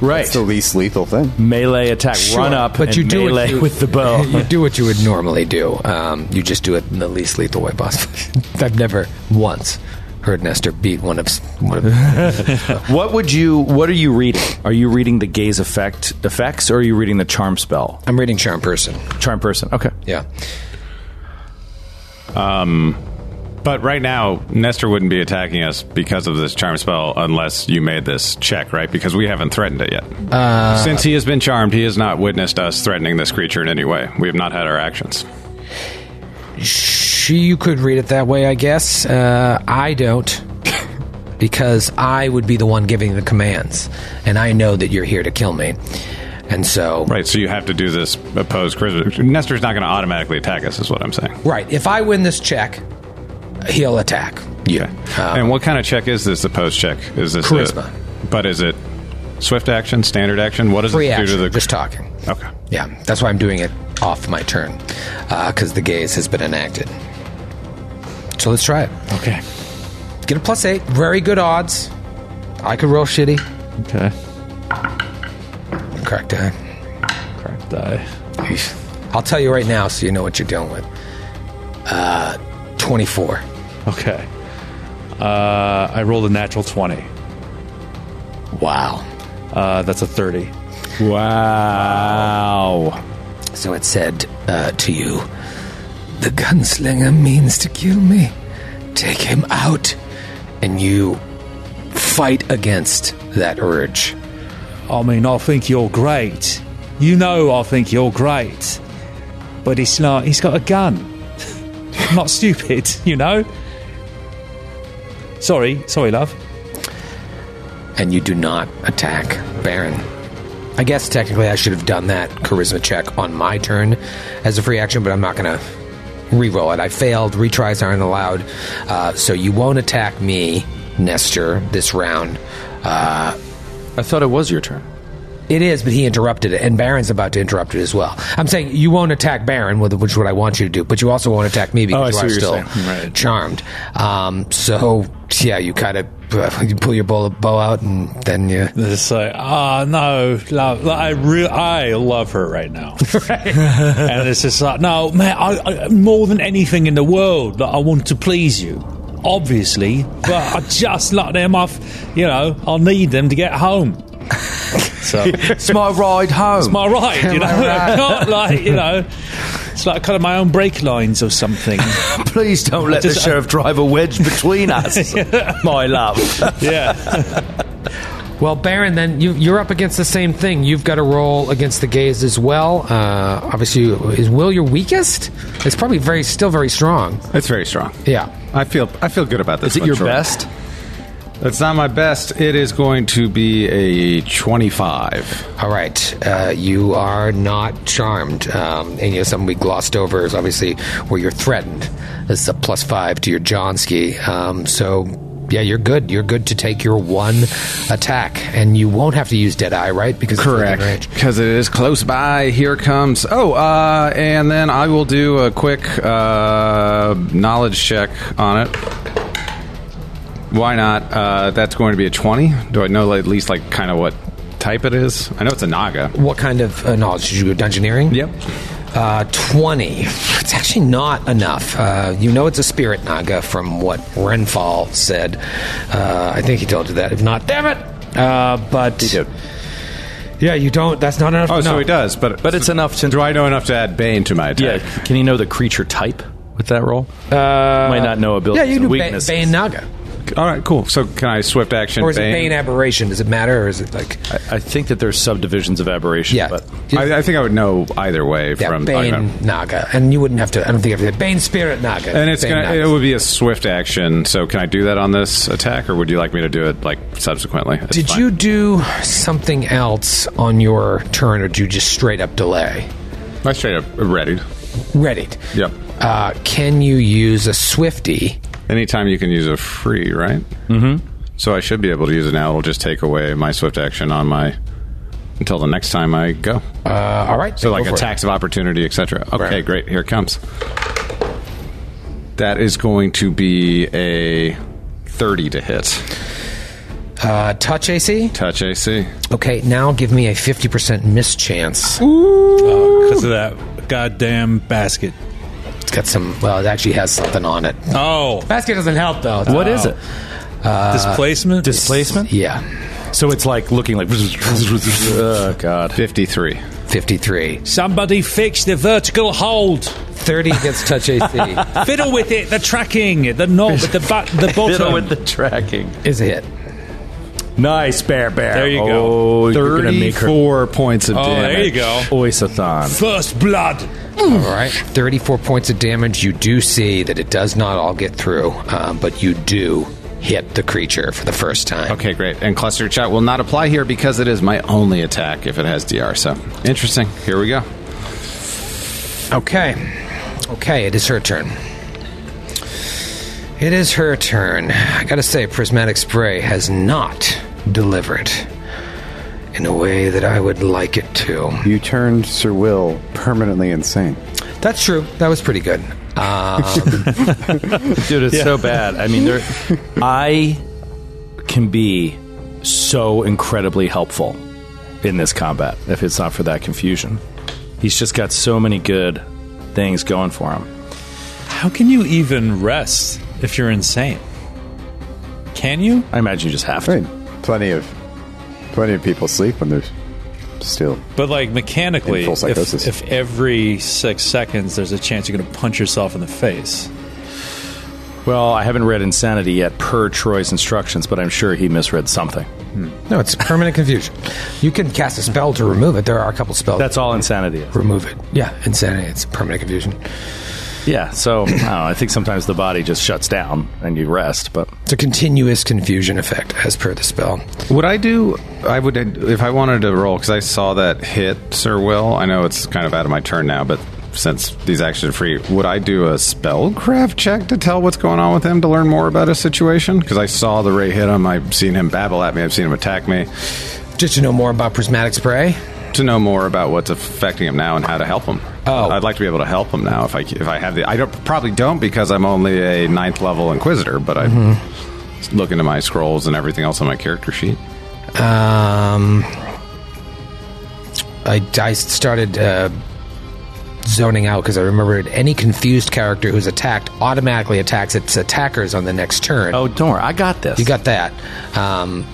Speaker 3: Right.
Speaker 5: It's the least lethal thing.
Speaker 3: melee attack,
Speaker 2: Sure,
Speaker 3: run up,
Speaker 2: but
Speaker 3: and
Speaker 2: you do it
Speaker 3: melee
Speaker 2: through-
Speaker 3: with the *laughs*
Speaker 2: *laughs*
Speaker 3: bow.
Speaker 2: you do what you would normally do. Um, you just do it in the least lethal way possible. *laughs* I've never once heard Nestor beat one of. s- One of
Speaker 3: what would you? What are you reading? Are you reading the gaze effect effects, or are you reading the charm spell?
Speaker 2: I'm reading charm person.
Speaker 3: Charm person. Okay.
Speaker 2: Yeah,
Speaker 4: But right now, Nestor wouldn't be attacking us because of this charm spell unless you made this check, right? Because we haven't threatened it yet.
Speaker 2: Uh,
Speaker 4: Since he has been charmed, he has not witnessed us threatening this creature in any way. We have not had our actions.
Speaker 2: she. You could read it that way, I guess. Uh, I don't. *coughs* Because I would be the one giving the commands, and I know that you're here to kill me, and so
Speaker 4: Right, so you have to do this opposed charisma. Nestor's not going to automatically attack us, is what I'm saying.
Speaker 2: Right. If I win this check, he'll attack.
Speaker 4: Yeah. and what kind of check is this opposed check? Is this a-
Speaker 2: Charisma.
Speaker 4: but is it swift action, standard action? What does
Speaker 2: Free
Speaker 4: it do to
Speaker 2: action.
Speaker 4: the
Speaker 2: Just talking.
Speaker 4: Okay.
Speaker 2: Yeah. That's why I'm doing it off my turn, because the gaze has been enacted. So let's try it.
Speaker 3: Okay.
Speaker 2: Get a plus eight. Very good odds. I could roll shitty.
Speaker 8: Okay.
Speaker 2: Correct. Uh,
Speaker 8: Correct. Die.
Speaker 2: I'll tell you right now, so you know what you're dealing with. Uh, Twenty-four.
Speaker 8: Okay. Uh, I rolled a natural 20.
Speaker 2: Wow.
Speaker 8: Uh, that's a 30.
Speaker 3: Wow.
Speaker 2: So it said uh, to you, The gunslinger means to kill me. Take him out. And you fight against that urge.
Speaker 8: I mean, I think you're great. You know, I think you're great. But it's like he's got a gun. *laughs* I'm not stupid, *laughs* you know. Sorry, sorry, love.
Speaker 2: And you do not attack Baron. I guess technically I should have done that charisma check on my turn as a free action, but I'm not going to reroll it. I failed. Retries aren't allowed. Uh, so you won't attack me, Nestor, this round.
Speaker 3: I thought it was your turn.
Speaker 2: It is, but he interrupted it, and Baron's about to interrupt it as well. I'm saying you won't attack Baron, with- which is what I want you to do, but you also won't attack me
Speaker 3: Oh, I
Speaker 2: because
Speaker 3: see
Speaker 2: you are
Speaker 3: what
Speaker 2: still
Speaker 3: you're saying. Right.
Speaker 2: charmed. Um, so yeah, you kind of you pull your bow, bow out, and then you.
Speaker 8: They're just like, ah, no, love. Like, I re- I love her
Speaker 3: *laughs*
Speaker 8: right now. *laughs* and it's just like, no, man, I, I, more than anything in the world, like, I want to please you, obviously. But I just like them. I've, you know, I'll need them to
Speaker 3: *laughs*
Speaker 8: get home. So.
Speaker 3: It's my ride home.
Speaker 8: Am I right? You know, *laughs* I can't like you know. It's like kind of my own brake lines or something.
Speaker 3: *laughs* Please don't let
Speaker 8: Just- uh,
Speaker 3: the sheriff drive a wedge between
Speaker 8: *laughs*
Speaker 3: us, my love.
Speaker 8: Yeah,
Speaker 2: Well, Baron, then you, you're up against the same thing. You've got to roll against the gaze as well. Uh, obviously, is will your weakest? It's probably very still very strong.
Speaker 4: It's very strong.
Speaker 2: Yeah.
Speaker 4: I feel I feel good about this.
Speaker 3: Is it
Speaker 4: one,
Speaker 3: your
Speaker 4: Troy.
Speaker 3: best?
Speaker 4: It's not my best. It is going to be a 25.
Speaker 2: All right, uh, you are not charmed, um, and you know something we glossed over is obviously where you're threatened. This is a plus five to your Johnski, um, so yeah, you're good. You're good to take your one attack, and you won't have to use dead eye, right? Because it's within range.
Speaker 4: Because it is close by. Here comes. Oh, uh, and then I will do a quick uh, knowledge check on it. Why not? Uh, that's going to be a 20. Do I know at least, like, kind of what type it is? I know it's a Naga.
Speaker 2: What kind of uh, knowledge did you do? Dungeoneering.
Speaker 4: Yep.
Speaker 2: Uh, 20. It's actually not enough. Uh, you know it's a spirit naga from what Renfall said. Uh, I think he told you that. If not, damn it! Uh, but. Yeah, you don't. That's not enough.
Speaker 4: Oh,
Speaker 2: to
Speaker 4: so
Speaker 2: know.
Speaker 4: he does, but
Speaker 3: But it's enough to-
Speaker 4: Do I know enough to add Bane to my attack?
Speaker 3: Uh, Can you know the creature type with that roll?
Speaker 2: Uh,
Speaker 3: Might not know abilities
Speaker 2: Yeah, you
Speaker 3: and
Speaker 2: do ba-
Speaker 3: weaknesses.
Speaker 2: Bane Naga.
Speaker 4: All right, cool. So can I swift action?
Speaker 2: Or is it Bane Aberration? Does it matter? Or is it like.
Speaker 3: I, I think that there's subdivisions of aberration.
Speaker 2: Yeah.
Speaker 3: But
Speaker 4: I, I think I would know either way
Speaker 2: yeah,
Speaker 4: from.
Speaker 2: Bane Naga. And you wouldn't have to. I don't think you have to. Bane Spirit Naga.
Speaker 4: And it's
Speaker 2: Bane
Speaker 4: gonna,
Speaker 2: Naga.
Speaker 4: it would be a swift action. So can I do that on this attack, or would you like me to do it like subsequently? It's
Speaker 2: Did
Speaker 4: fine.
Speaker 2: you do something else on your turn, or did you just straight up delay?
Speaker 4: I straight up readied.
Speaker 2: Readied.
Speaker 4: Yep.
Speaker 2: Uh, can you use a Swifty?
Speaker 4: Anytime you can use a free, right? Mm-hmm. So I should be able to use it now. It'll just take away my swift action on my until the next time I go.
Speaker 2: Uh, all right.
Speaker 4: so like
Speaker 2: go for it.
Speaker 4: attacks of opportunity, etc. Okay,
Speaker 2: Right.
Speaker 4: great. Here it comes. That is going to be a 30 to hit.
Speaker 2: Uh, touch AC.
Speaker 4: Touch AC.
Speaker 2: Okay, now give me a 50% mischance.
Speaker 8: because of that goddamn basket.
Speaker 2: It's got some, well, it actually has something on it. Oh.
Speaker 8: Oh,
Speaker 2: Basket doesn't help, though.
Speaker 3: What is it?
Speaker 8: Uh, displacement.
Speaker 3: Displacement?
Speaker 2: Yeah,
Speaker 3: So it's like looking like. *laughs* oh, God.
Speaker 4: 53.
Speaker 2: 53.
Speaker 8: Somebody fix the vertical hold.
Speaker 2: 30 against touch AC
Speaker 8: *laughs* Fiddle with it. The tracking. The knob. The butt. The bottom.
Speaker 3: Fiddle with the tracking.
Speaker 2: is a hit.
Speaker 3: Nice, Bear Bear.
Speaker 8: There you go.
Speaker 3: Oh, you're going to make her
Speaker 4: 34 points of
Speaker 8: Oh,
Speaker 4: damage.
Speaker 8: there you go.
Speaker 3: oisathon.
Speaker 8: First blood.
Speaker 2: All right. 34 points of damage. You do see that it does not all get through, um, but you do hit the creature for the first time.
Speaker 4: Okay, great. And cluster chat will not apply here because it is my only attack if it has DR. So interesting. Here we go.
Speaker 2: Okay. Okay, it is her turn. It is her turn. I gotta say, Prismatic Spray has not delivered in a way that I would like it to.
Speaker 5: You turned Sir Will permanently insane.
Speaker 2: That's true. That was pretty good.
Speaker 3: Dude, it's so bad. I mean, there, I can be so incredibly helpful in this combat if it's not for that confusion. He's just got so many good things going for him.
Speaker 8: How can you even rest if you're insane? Can you?
Speaker 3: I imagine you just have to.
Speaker 5: Right. Plenty of plenty of people sleep when there's still
Speaker 8: But like mechanically,
Speaker 5: In full
Speaker 8: if,
Speaker 5: psychosis.
Speaker 8: if every six seconds there's a chance you're going to punch yourself in the face,
Speaker 3: Well, I haven't read Insanity yet per Troy's instructions, but I'm sure he misread something.
Speaker 2: No, it's permanent confusion. You can cast a spell to remove it. There are a couple spells.
Speaker 3: That's all Insanity is.
Speaker 2: remove it. Yeah, insanity. It's permanent confusion.
Speaker 3: Yeah, so I don't know. I think sometimes the body just shuts down and you rest, but
Speaker 2: It's a continuous confusion effect, as per the spell.
Speaker 4: Would I do? I would if I wanted to roll because I saw that hit Sir Will. I know it's kind of out of my turn now, but since these actions are free, would I do a spellcraft check to tell what's going on with him to learn more about his situation? Because I saw the ray hit him. I've seen him babble at me. I've seen him attack me.
Speaker 2: Just to know more about prismatic spray.
Speaker 4: To know more about what's affecting him now and how to help him.
Speaker 2: Oh.
Speaker 4: I'd like to be able to help him now if I if I have the. I don't probably don't because I'm only a ninth level inquisitor, but I look into my scrolls and everything else on my character sheet.
Speaker 2: Um, I, I started uh, zoning out because I remembered any confused character who's attacked automatically attacks its attackers on the next turn.
Speaker 3: oh, don't worry, I got this.
Speaker 2: You got that. Um,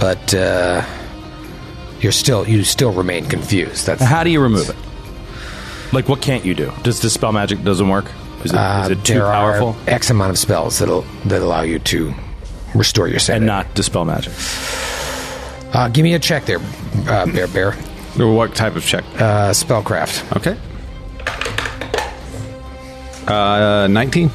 Speaker 2: but uh, you're still you still remain confused. That's
Speaker 3: How do you remove it? Like, what can't you do? Does dispel magic doesn't work? Is it,
Speaker 2: uh,
Speaker 3: is it too
Speaker 2: there are
Speaker 3: powerful?
Speaker 2: X amount of spells that'll that allow you to restore your sanity.
Speaker 3: And not dispel magic.
Speaker 2: uh, give me a check there, uh, Bear Bear.
Speaker 4: What type of check?
Speaker 2: Uh, spellcraft.
Speaker 4: Okay. Uh, 19.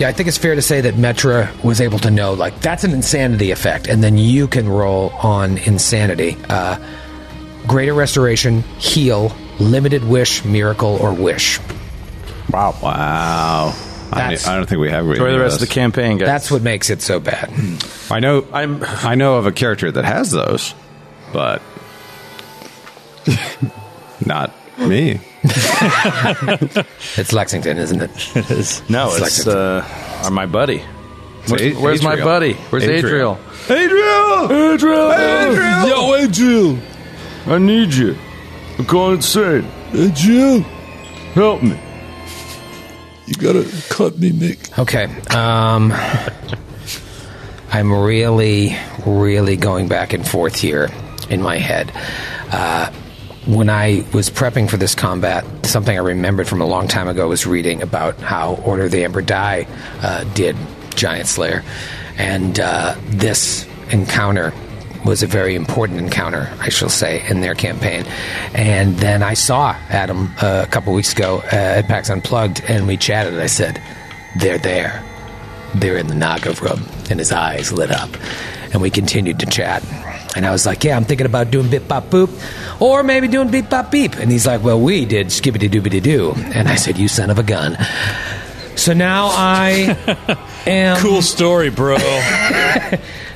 Speaker 2: Yeah, I think it's fair to say that Metra was able to know, like, that's an insanity effect, and then you can roll on insanity. Uh, greater restoration, heal, limited wish, miracle, or wish.
Speaker 5: wow.
Speaker 4: Wow. I,
Speaker 2: That's-
Speaker 4: I don't think we have.
Speaker 3: Enjoy the rest of the campaign, guys.
Speaker 2: That's what makes it so bad.
Speaker 4: I know. I'm. I know of a character that has those, but not me.
Speaker 2: It's Lexington, isn't it?
Speaker 3: no,
Speaker 2: it's
Speaker 3: it's,
Speaker 2: like a-
Speaker 3: uh, are my buddy. Where's,
Speaker 4: A-
Speaker 3: where's my
Speaker 4: Adriel.
Speaker 3: buddy? Where's Adriel?
Speaker 4: Adriel.
Speaker 3: Adriel! Adriel!
Speaker 7: Yo, Adriel!
Speaker 3: I need you. I'm going insane.
Speaker 7: Adriel!
Speaker 3: Help me.
Speaker 7: You gotta cut me, Nick.
Speaker 2: Okay. Um, I'm really, really going back and forth here in my head. Uh, when I was prepping for this combat, something I remembered from a long time ago was reading about how Order of the Amber Die uh, did Giant Slayer. And uh, this encounter was a very important encounter, I shall say, in their campaign. And then I saw Adam uh, a couple weeks ago uh, at PAX Unplugged, and we chatted. And I said, They're there. They're in the Naga room. And his eyes lit up. And we continued to chat. And I was like, Yeah, I'm thinking about doing bip bop boop, or maybe doing beep bop beep. And he's like, Well, we did skibbity doobity doo. And I said, You son of a gun. So now
Speaker 3: *laughs*
Speaker 2: I am.
Speaker 8: cool story, bro. *laughs*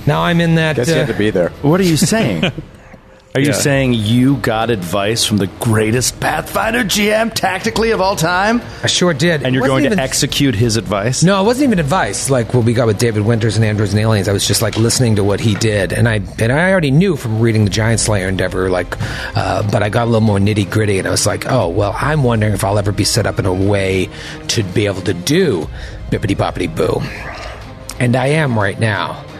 Speaker 2: Now I'm in that.
Speaker 5: Guess you
Speaker 2: uh,
Speaker 5: had to be there.
Speaker 3: *laughs* What are you saying? Are you
Speaker 8: Yeah.
Speaker 3: saying you got advice from the greatest Pathfinder GM tactically of all time?
Speaker 2: I sure did.
Speaker 3: And
Speaker 2: It
Speaker 3: you're
Speaker 2: wasn't
Speaker 3: going
Speaker 2: even-
Speaker 3: to execute his advice?
Speaker 2: No, it wasn't even advice. Like what we got with David Winters and Andrews and Aliens, I was just like listening to what he did, and I and I already knew from reading the Giant Slayer Endeavor, like, uh, but I got a little more nitty gritty, and I was like, oh well, I'm wondering if I'll ever be set up in a way to be able to do bippity boppity boo, and I am right now. *sighs*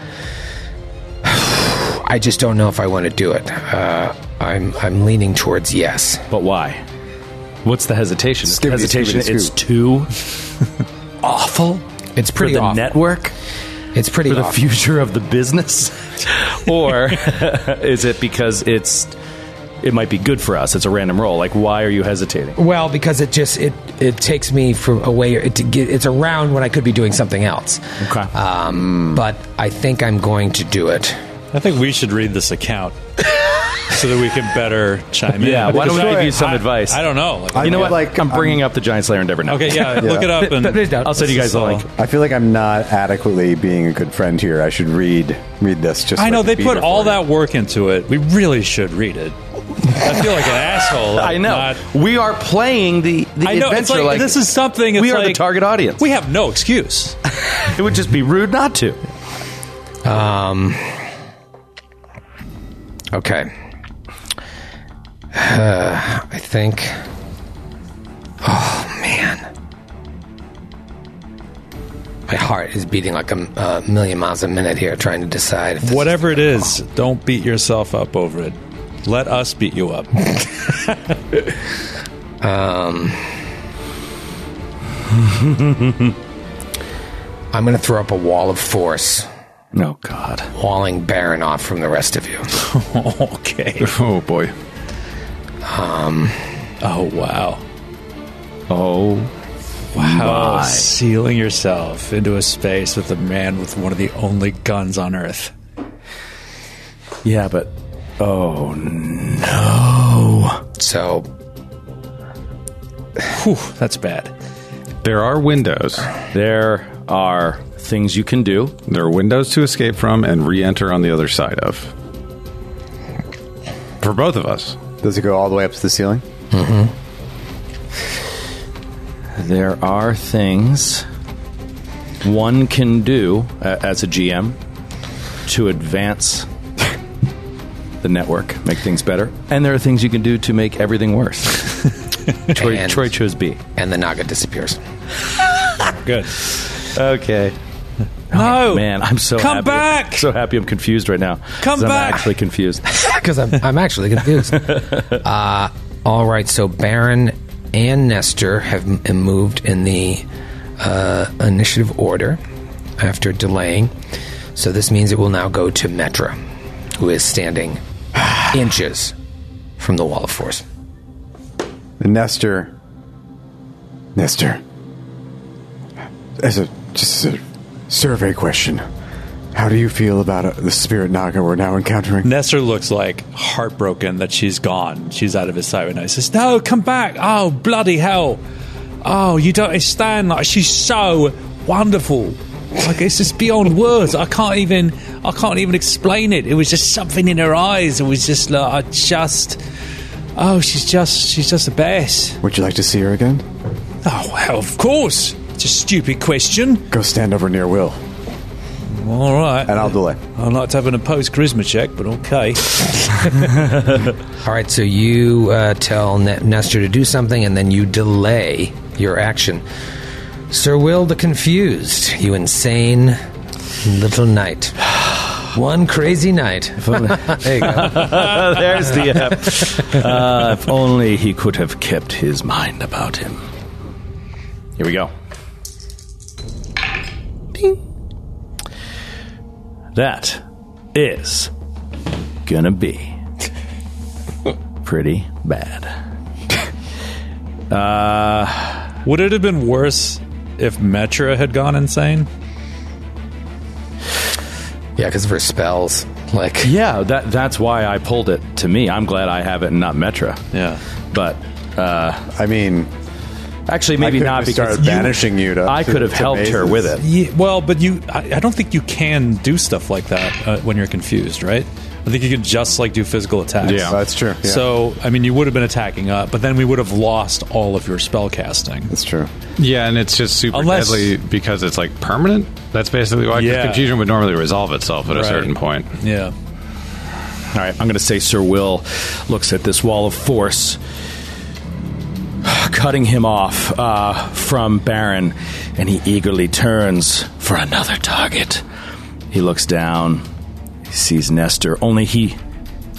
Speaker 2: I just don't know if I want to do it. Uh, I'm I'm leaning towards yes.
Speaker 3: But why? What's the hesitation? Is the
Speaker 5: Skibbity,
Speaker 3: hesitation.
Speaker 5: skibbity,
Speaker 3: It's too awful.
Speaker 2: It's pretty
Speaker 3: for the
Speaker 2: awful.
Speaker 3: network
Speaker 2: It's pretty
Speaker 3: for the
Speaker 2: awful.
Speaker 3: future of the business, *laughs* or is it because it's it might be good for us? It's a random roll. Like, why are you hesitating?
Speaker 2: Well, because it just it it takes me from away. It, to get- it's around when I could be doing something else.
Speaker 3: Okay.
Speaker 2: Um, But I think I'm going to do it.
Speaker 8: I think we should read this account so that we can better chime in.
Speaker 3: Yeah, why don't we
Speaker 8: Because
Speaker 3: give
Speaker 8: I-
Speaker 3: you some
Speaker 8: I-
Speaker 3: advice?
Speaker 8: I don't know.
Speaker 5: I
Speaker 3: you know
Speaker 5: feel
Speaker 3: what?
Speaker 5: like
Speaker 3: I'm bringing up the Giant Slayer Endeavor now.
Speaker 8: okay, yeah, look it up and
Speaker 2: But- but it don't.
Speaker 3: I'll send you guys the link.
Speaker 5: I feel like I'm not adequately being a good friend here. I should read read this. Just
Speaker 8: I
Speaker 5: so
Speaker 8: know
Speaker 5: can
Speaker 8: they
Speaker 5: be
Speaker 8: put
Speaker 5: here
Speaker 8: all
Speaker 5: for you.
Speaker 8: that work into it. We really should read it. I feel like an
Speaker 3: *laughs*
Speaker 8: asshole.
Speaker 3: I know
Speaker 8: not-
Speaker 3: we are playing the, the
Speaker 8: I know.
Speaker 3: adventure.
Speaker 8: It's like, this is something. It's
Speaker 3: we are the
Speaker 8: like-
Speaker 3: target audience.
Speaker 8: We have no
Speaker 3: *laughs*
Speaker 8: excuse.
Speaker 3: *laughs* it would just be rude not to.
Speaker 2: Um. Okay. Uh, I think. Oh man, my heart is beating like a, m- a million miles a minute here, trying to decide. If this
Speaker 8: Whatever it is, don't beat yourself up over it. Let us beat you up. *laughs*
Speaker 2: I'm going to throw up a wall of force,
Speaker 3: Oh God.
Speaker 2: walling Baron off from the rest of you.
Speaker 8: okay.
Speaker 4: Oh boy.
Speaker 8: Oh wow.
Speaker 3: Oh,
Speaker 8: Wow.
Speaker 3: My.
Speaker 8: Sealing yourself into a space with a man with one of the only guns on earth.
Speaker 3: yeah, but
Speaker 2: So
Speaker 8: Whew, that's bad.
Speaker 4: There are windows.
Speaker 3: there are things you can do.
Speaker 4: There are windows to escape from and re-enter on the other side of. For both of us.
Speaker 5: Does it go all the way up to the ceiling?
Speaker 3: There are things one can do uh, as a GM to advance the network, make things better, and there are things you can do to make everything *laughs* worse. Troy,
Speaker 2: And-
Speaker 3: Troy chose B.
Speaker 2: and the Naga disappears.
Speaker 8: Good.
Speaker 3: Okay. Oh,
Speaker 8: No,
Speaker 3: Man, I'm so
Speaker 8: Come
Speaker 3: happy.
Speaker 8: back!
Speaker 3: So happy. I'm confused right now. 'Cause
Speaker 8: Come
Speaker 3: I'm
Speaker 8: back!
Speaker 3: Actually *laughs* confused.
Speaker 2: *laughs* Because I'm, I'm actually confused. uh, all right, so Baron and Nestor have m- moved in the uh, initiative order after delaying. So this means it will now go to Metra, who is standing *sighs* inches from the wall of force.
Speaker 5: And Nestor. Nestor. As a just a survey question, how do you feel about uh, the spirit Naga we're now encountering?
Speaker 8: Nestor looks like heartbroken that she's gone. She's out of his sight, and I says, "No, come back! Oh, bloody hell! Oh, you don't understand! Like she's so wonderful. Like it's just beyond words. I can't even, I can't even explain it. It was just something in her eyes. It was just like I just, oh, she's just, she's just the best.
Speaker 5: Would you like to see her again?
Speaker 8: Oh, well, of course. It's a stupid question.
Speaker 5: Go stand over near Will,
Speaker 8: All right,
Speaker 5: and I'll delay.
Speaker 8: I'd like to have an opposed charisma check, but okay.
Speaker 2: All right, so you uh, tell ne- Nestor to do something, and then you delay your action. Sir Will the Confused, you insane little knight. *sighs* One crazy night. *laughs* there you go.
Speaker 3: There's the app. Uh, if only he could have kept his mind about him. Here we go. Ding. That is gonna be pretty bad.
Speaker 8: Would it have been worse if Metra had gone insane?
Speaker 2: Yeah, because of her spells. Like,
Speaker 3: Yeah, that that's why I pulled it to me. I'm glad I have it and not Metra.
Speaker 8: Yeah.
Speaker 3: But
Speaker 5: I mean,
Speaker 3: actually maybe
Speaker 5: I could
Speaker 3: not
Speaker 5: have
Speaker 3: because
Speaker 5: started banishing you to-
Speaker 3: I
Speaker 5: to-
Speaker 3: could have
Speaker 5: to
Speaker 3: helped her
Speaker 5: mazes.
Speaker 3: with it.
Speaker 8: yeah well, but you, I, I don't think you can do stuff like that uh, when you're confused, right? I think you can just like do physical attacks.
Speaker 3: Yeah.
Speaker 5: That's true, yeah.
Speaker 8: So I mean, you would have been attacking up, but then we would have lost all of your spell casting.
Speaker 5: That's true.
Speaker 4: Yeah, and it's just super
Speaker 8: Unless-
Speaker 4: deadly because it's like permanent. That's basically why 'cause
Speaker 8: Yeah.
Speaker 4: confusion would normally resolve itself at a
Speaker 8: Right.
Speaker 4: certain point.
Speaker 8: Yeah.
Speaker 3: All right, I'm going to say Sir Will looks at this wall of force, cutting him off uh, from Baron, and he eagerly turns for another target. He looks down, he sees Nestor, only he.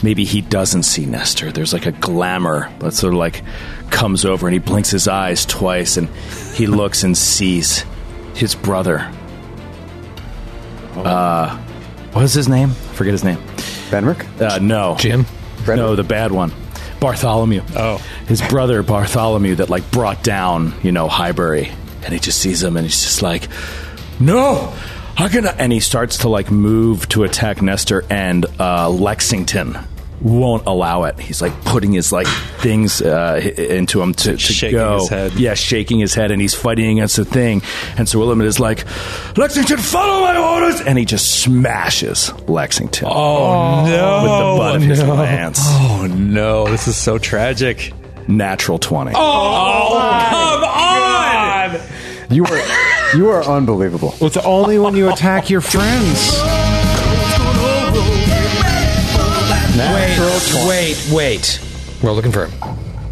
Speaker 3: Maybe he doesn't see Nestor. There's like a glamour that sort of like comes over, and he blinks his eyes twice, and he looks and sees his brother. Uh, what was his name? I forget his name.
Speaker 5: Benrick?
Speaker 3: Uh, no.
Speaker 2: Jim?
Speaker 3: No, the bad one. Bartholomew.
Speaker 8: Oh.
Speaker 3: His brother Bartholomew that like brought down, you know, Highbury. And he just sees him and he's just like, No! How can I and he starts to like move to attack Nestor and uh, Lexington won't allow it. He's like putting his like things uh, h- into him to, to
Speaker 8: Shaking
Speaker 3: go.
Speaker 8: his head.
Speaker 3: Yeah, shaking his head, and he's fighting against the thing. And Sir William is like, "Lexington, follow my orders!" And he just smashes Lexington.
Speaker 8: Oh, no!
Speaker 3: with the butt of his lance.
Speaker 8: Oh no! This is so tragic.
Speaker 3: Natural 20.
Speaker 8: Come on!
Speaker 5: You are you are unbelievable.
Speaker 4: Well, it's only when you attack your friends.
Speaker 2: Wait, wait, wait. Roll to confirm.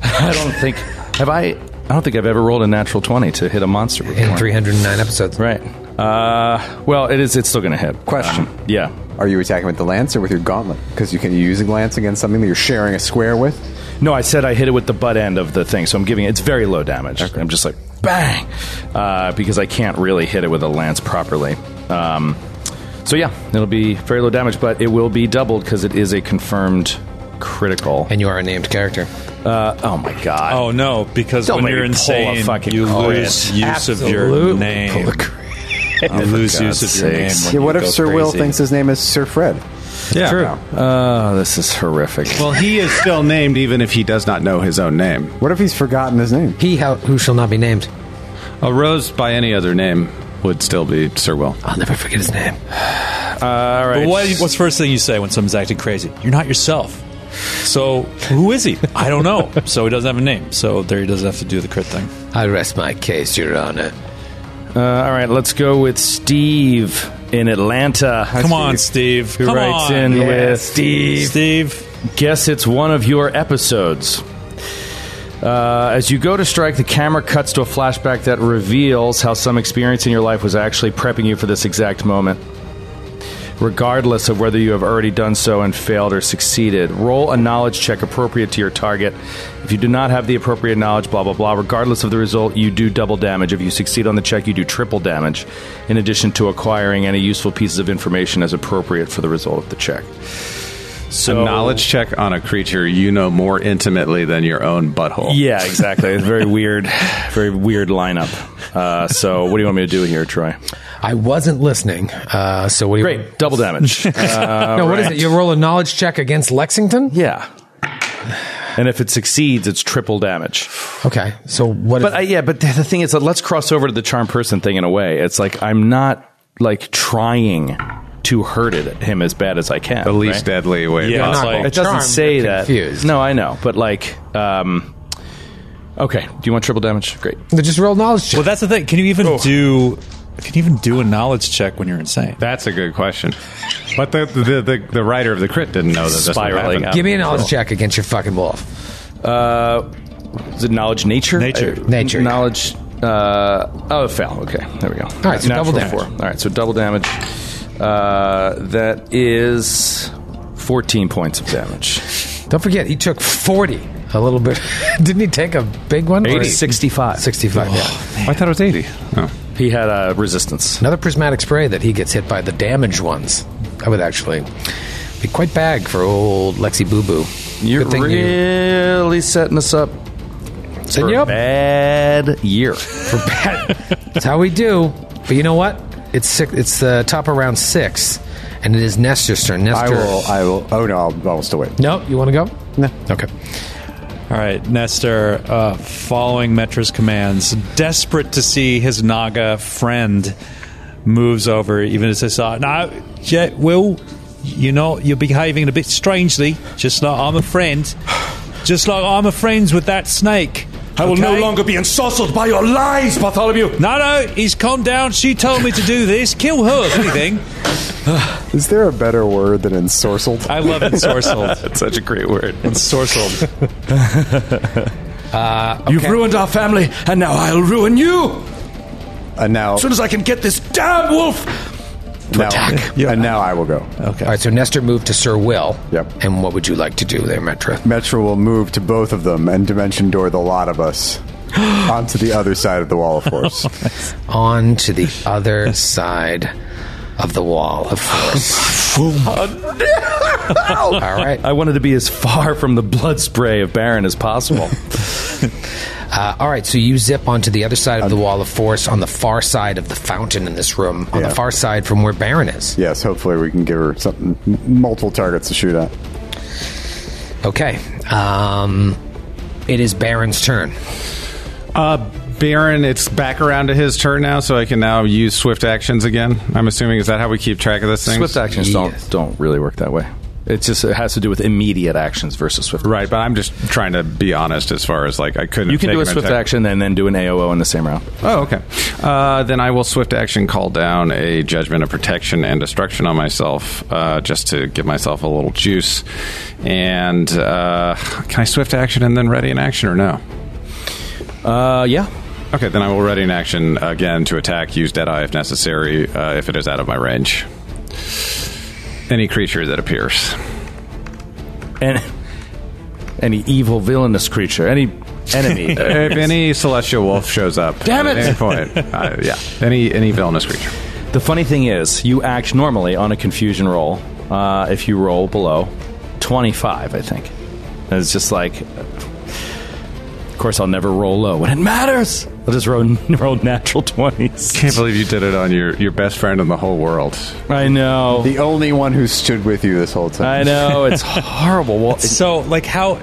Speaker 3: I don't think have I I don't think I've ever rolled a natural 20 to hit a monster before.
Speaker 2: In 309 episodes.
Speaker 3: Right. Uh, well, it is it's still going to hit.
Speaker 5: Question.
Speaker 3: Um, yeah.
Speaker 5: Are you attacking with the lance or with your gauntlet? Because you can use a lance against something that you're sharing a square with.
Speaker 3: No, I said I hit it with the butt end of the thing, so I'm giving it. It's very low damage. I'm just like bang, uh, because I can't really hit it with a lance properly. Um, so yeah, it'll be very low damage, but it will be doubled because it is a confirmed critical.
Speaker 2: And you are a named character.
Speaker 3: Uh, oh my god!
Speaker 8: Oh no! Because
Speaker 3: Don't
Speaker 8: when
Speaker 3: make
Speaker 8: you're
Speaker 3: me pull a
Speaker 8: insane,
Speaker 3: fucking
Speaker 8: you
Speaker 3: crit.
Speaker 8: lose use of your name.
Speaker 3: *laughs*
Speaker 8: You lose use of your name.
Speaker 3: sakes.
Speaker 8: when
Speaker 5: Yeah,
Speaker 8: you
Speaker 5: what if
Speaker 8: go
Speaker 5: Sir Will
Speaker 8: crazy.
Speaker 5: thinks his name is Sir Fred?
Speaker 4: *laughs* Yeah.
Speaker 3: Oh, this is horrific.
Speaker 4: Well, he is still named even if he does not know his own name.
Speaker 5: What if he's forgotten his name?
Speaker 2: He how, who shall not be named.
Speaker 4: A rose by any other name would still be Sir Will.
Speaker 2: I'll never forget his name.
Speaker 3: all
Speaker 8: But
Speaker 3: right.
Speaker 8: what, what's the first thing you say when someone's acting crazy? You're not yourself. So who is he? I don't know. So he doesn't have a name. So there he doesn't have to do the crit thing.
Speaker 2: I rest my case, Your Honor.
Speaker 3: Uh, all right, let's go with Steve in Atlanta.
Speaker 8: Come on, Steve.
Speaker 3: Who
Speaker 8: Come
Speaker 3: writes
Speaker 8: on.
Speaker 3: in with
Speaker 8: Steve.
Speaker 3: Guess it's one of your episodes. Uh, as you go to strike, the camera cuts to a flashback that reveals how some experience in your life was actually prepping you for this exact moment. Regardless of whether you have already done so and failed or succeeded, roll a knowledge check appropriate to your target. If you do not have the appropriate knowledge, blah, blah, blah, regardless of the result, you do double damage. If you succeed on the check, you do triple damage, in addition to acquiring any useful pieces of information as appropriate for the result of the check. So,
Speaker 4: A knowledge check on a creature you know more intimately than your own butthole.
Speaker 3: Yeah, exactly. It's very weird, very weird lineup. Uh, so, what do you want me to do here, Troy?
Speaker 2: I wasn't listening. Uh, so what do you.
Speaker 3: Great, double *laughs* damage. Uh,
Speaker 2: No, what is
Speaker 3: right.
Speaker 2: it? You roll a knowledge check against Lexington?
Speaker 3: yeah. And if it succeeds, it's triple damage.
Speaker 2: Okay. So what
Speaker 3: But
Speaker 2: if.
Speaker 3: I, yeah, but the, the thing is, that let's cross over to the charm person thing in a way. It's like I'm not like trying to hurt it, him as bad as I can.
Speaker 4: The least
Speaker 3: right?
Speaker 4: deadly way
Speaker 8: Yeah,
Speaker 4: possible.
Speaker 8: like-
Speaker 3: It doesn't
Speaker 2: Charmed,
Speaker 3: say
Speaker 2: you're
Speaker 3: that.
Speaker 2: confused.
Speaker 3: No, I know, but like, um, okay. Do you want triple damage? Great.
Speaker 2: just roll knowledge check.
Speaker 8: Well, that's the thing. Can you even
Speaker 3: Oh.
Speaker 8: do? Can you even do a knowledge check when you're insane?
Speaker 4: That's a good question. But the, the, the, the writer of the crit didn't know that this would
Speaker 3: Spiraling
Speaker 4: happen.
Speaker 3: up.
Speaker 2: Give me a knowledge check against your fucking wolf.
Speaker 3: Uh, is it knowledge nature?
Speaker 8: Nature.
Speaker 3: Uh,
Speaker 2: Nature, yeah.
Speaker 3: Knowledge. Uh, oh, it fell. Okay, there we go. All
Speaker 2: right, so double damage.
Speaker 3: Four. All right, so double damage. Uh, that is 14 points of damage.
Speaker 2: Don't forget, he took 40 a little bit. *laughs* Didn't he take a big one? Or-
Speaker 3: 65.
Speaker 2: 65, yeah.
Speaker 4: I thought it was 80. Oh.
Speaker 3: He had uh, resistance.
Speaker 2: Another prismatic spray that he gets hit by the damaged ones. I would actually be quite bag for old Lexi Boo Boo.
Speaker 3: You're
Speaker 2: Good thing you-
Speaker 3: really setting us up
Speaker 2: Setting
Speaker 3: for
Speaker 2: you
Speaker 3: a
Speaker 2: up.
Speaker 3: bad
Speaker 2: *laughs*
Speaker 3: year.
Speaker 2: for bad. That's how we do. But you know what? It's six, it's the top of round six, and it is Nestor's turn. Nestor.
Speaker 5: I will. I will. Oh no, I'll, I'll still wait.
Speaker 2: No, you want to go?
Speaker 5: No.
Speaker 2: Okay.
Speaker 8: All right, Nestor, uh, following Metra's commands, desperate to see his Naga friend, moves over even as I saw. Now, yeah, Will, you know, you're behaving a bit strangely, just like I'm a friend. Just like I'm a friend with that snake.
Speaker 9: I will no
Speaker 8: okay?
Speaker 9: longer be insulted by your lies, Bartholomew.
Speaker 8: No, no, he's calmed down. She told me to do this. Kill her, if anything.
Speaker 5: Is there a better word than ensorcelled?
Speaker 8: I love ensorcelled.
Speaker 4: That's such a great word.
Speaker 8: Ensorcelled.
Speaker 9: You've ruined our family, and now I'll ruin you.
Speaker 5: Uh, now,
Speaker 9: As soon as I can get this damn wolf. Oh.
Speaker 5: now, and now I will go.
Speaker 2: All right, so Nestor moved to Sir Will.
Speaker 5: Yep.
Speaker 2: And what would you like to do there, Metra?
Speaker 5: Metro will move to both of them and dimension door the lot of us onto the other side of the wall of force.
Speaker 2: On to the
Speaker 5: *laughs*
Speaker 2: other side of the wall of force.
Speaker 5: *laughs*
Speaker 2: All right.
Speaker 3: I wanted to be as far from the blood spray of Baron as possible.
Speaker 2: *laughs* Uh, all right, so you zip onto the other side of the wall of force on the far side of the fountain in this room, on
Speaker 5: Yeah.
Speaker 2: the far side from where Baron is.
Speaker 5: yes, hopefully we can give her something, m- multiple targets to shoot at.
Speaker 2: Okay. Um, it is Baron's turn.
Speaker 4: Uh, Baron, it's back around to his turn now, so I can now use swift actions again. I'm assuming is that how we keep track of this thing?
Speaker 3: Swift actions
Speaker 2: Yes.
Speaker 3: don't don't really work that way. It just it has to do with immediate actions versus swift.
Speaker 4: Right, but I'm just trying to be honest as far as like I couldn't.
Speaker 3: You
Speaker 4: have
Speaker 3: can do
Speaker 4: taken
Speaker 3: a swift
Speaker 4: attack-
Speaker 3: action and then do an AOO in the same round.
Speaker 4: Oh, okay. Uh, then I will swift action call down a judgment of protection and destruction on myself, uh, just to give myself a little juice. And uh, can I swift action and then ready in action or no?
Speaker 3: Uh, yeah.
Speaker 4: Okay, then I will ready in action again to attack. Use Deadeye if necessary, uh, if it is out of my range. Any creature that appears.
Speaker 3: And any evil villainous creature, any *laughs* enemy.
Speaker 4: if any celestial wolf shows up,
Speaker 3: Damn
Speaker 4: at
Speaker 3: it!
Speaker 4: any point, uh, yeah, any any villainous creature.
Speaker 3: the funny thing is, you act normally on a confusion roll. Uh, if you roll below twenty-five, I think, and it's just like. Of course, I'll never roll low when it matters. I'll just roll, *laughs* roll natural twenties.
Speaker 4: Can't believe you did it on your your best friend in the whole world.
Speaker 3: I know.
Speaker 5: The only one who stood with you this whole time.
Speaker 3: I know *laughs* it's horrible. Well, it's
Speaker 8: So, like, how?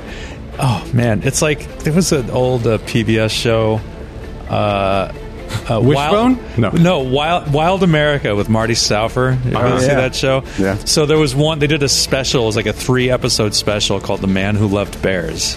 Speaker 8: Oh man, it's like there was an old uh, PBS show. Uh, uh,
Speaker 4: Wishbone?
Speaker 8: Wild,
Speaker 4: No.
Speaker 8: no, Wild, Wild America with Marty Stauffer. You ever see
Speaker 5: Yeah.
Speaker 8: that show?
Speaker 5: Yeah.
Speaker 8: So there was one. They did a special. It was like a three episode special called "The Man Who Loved Bears."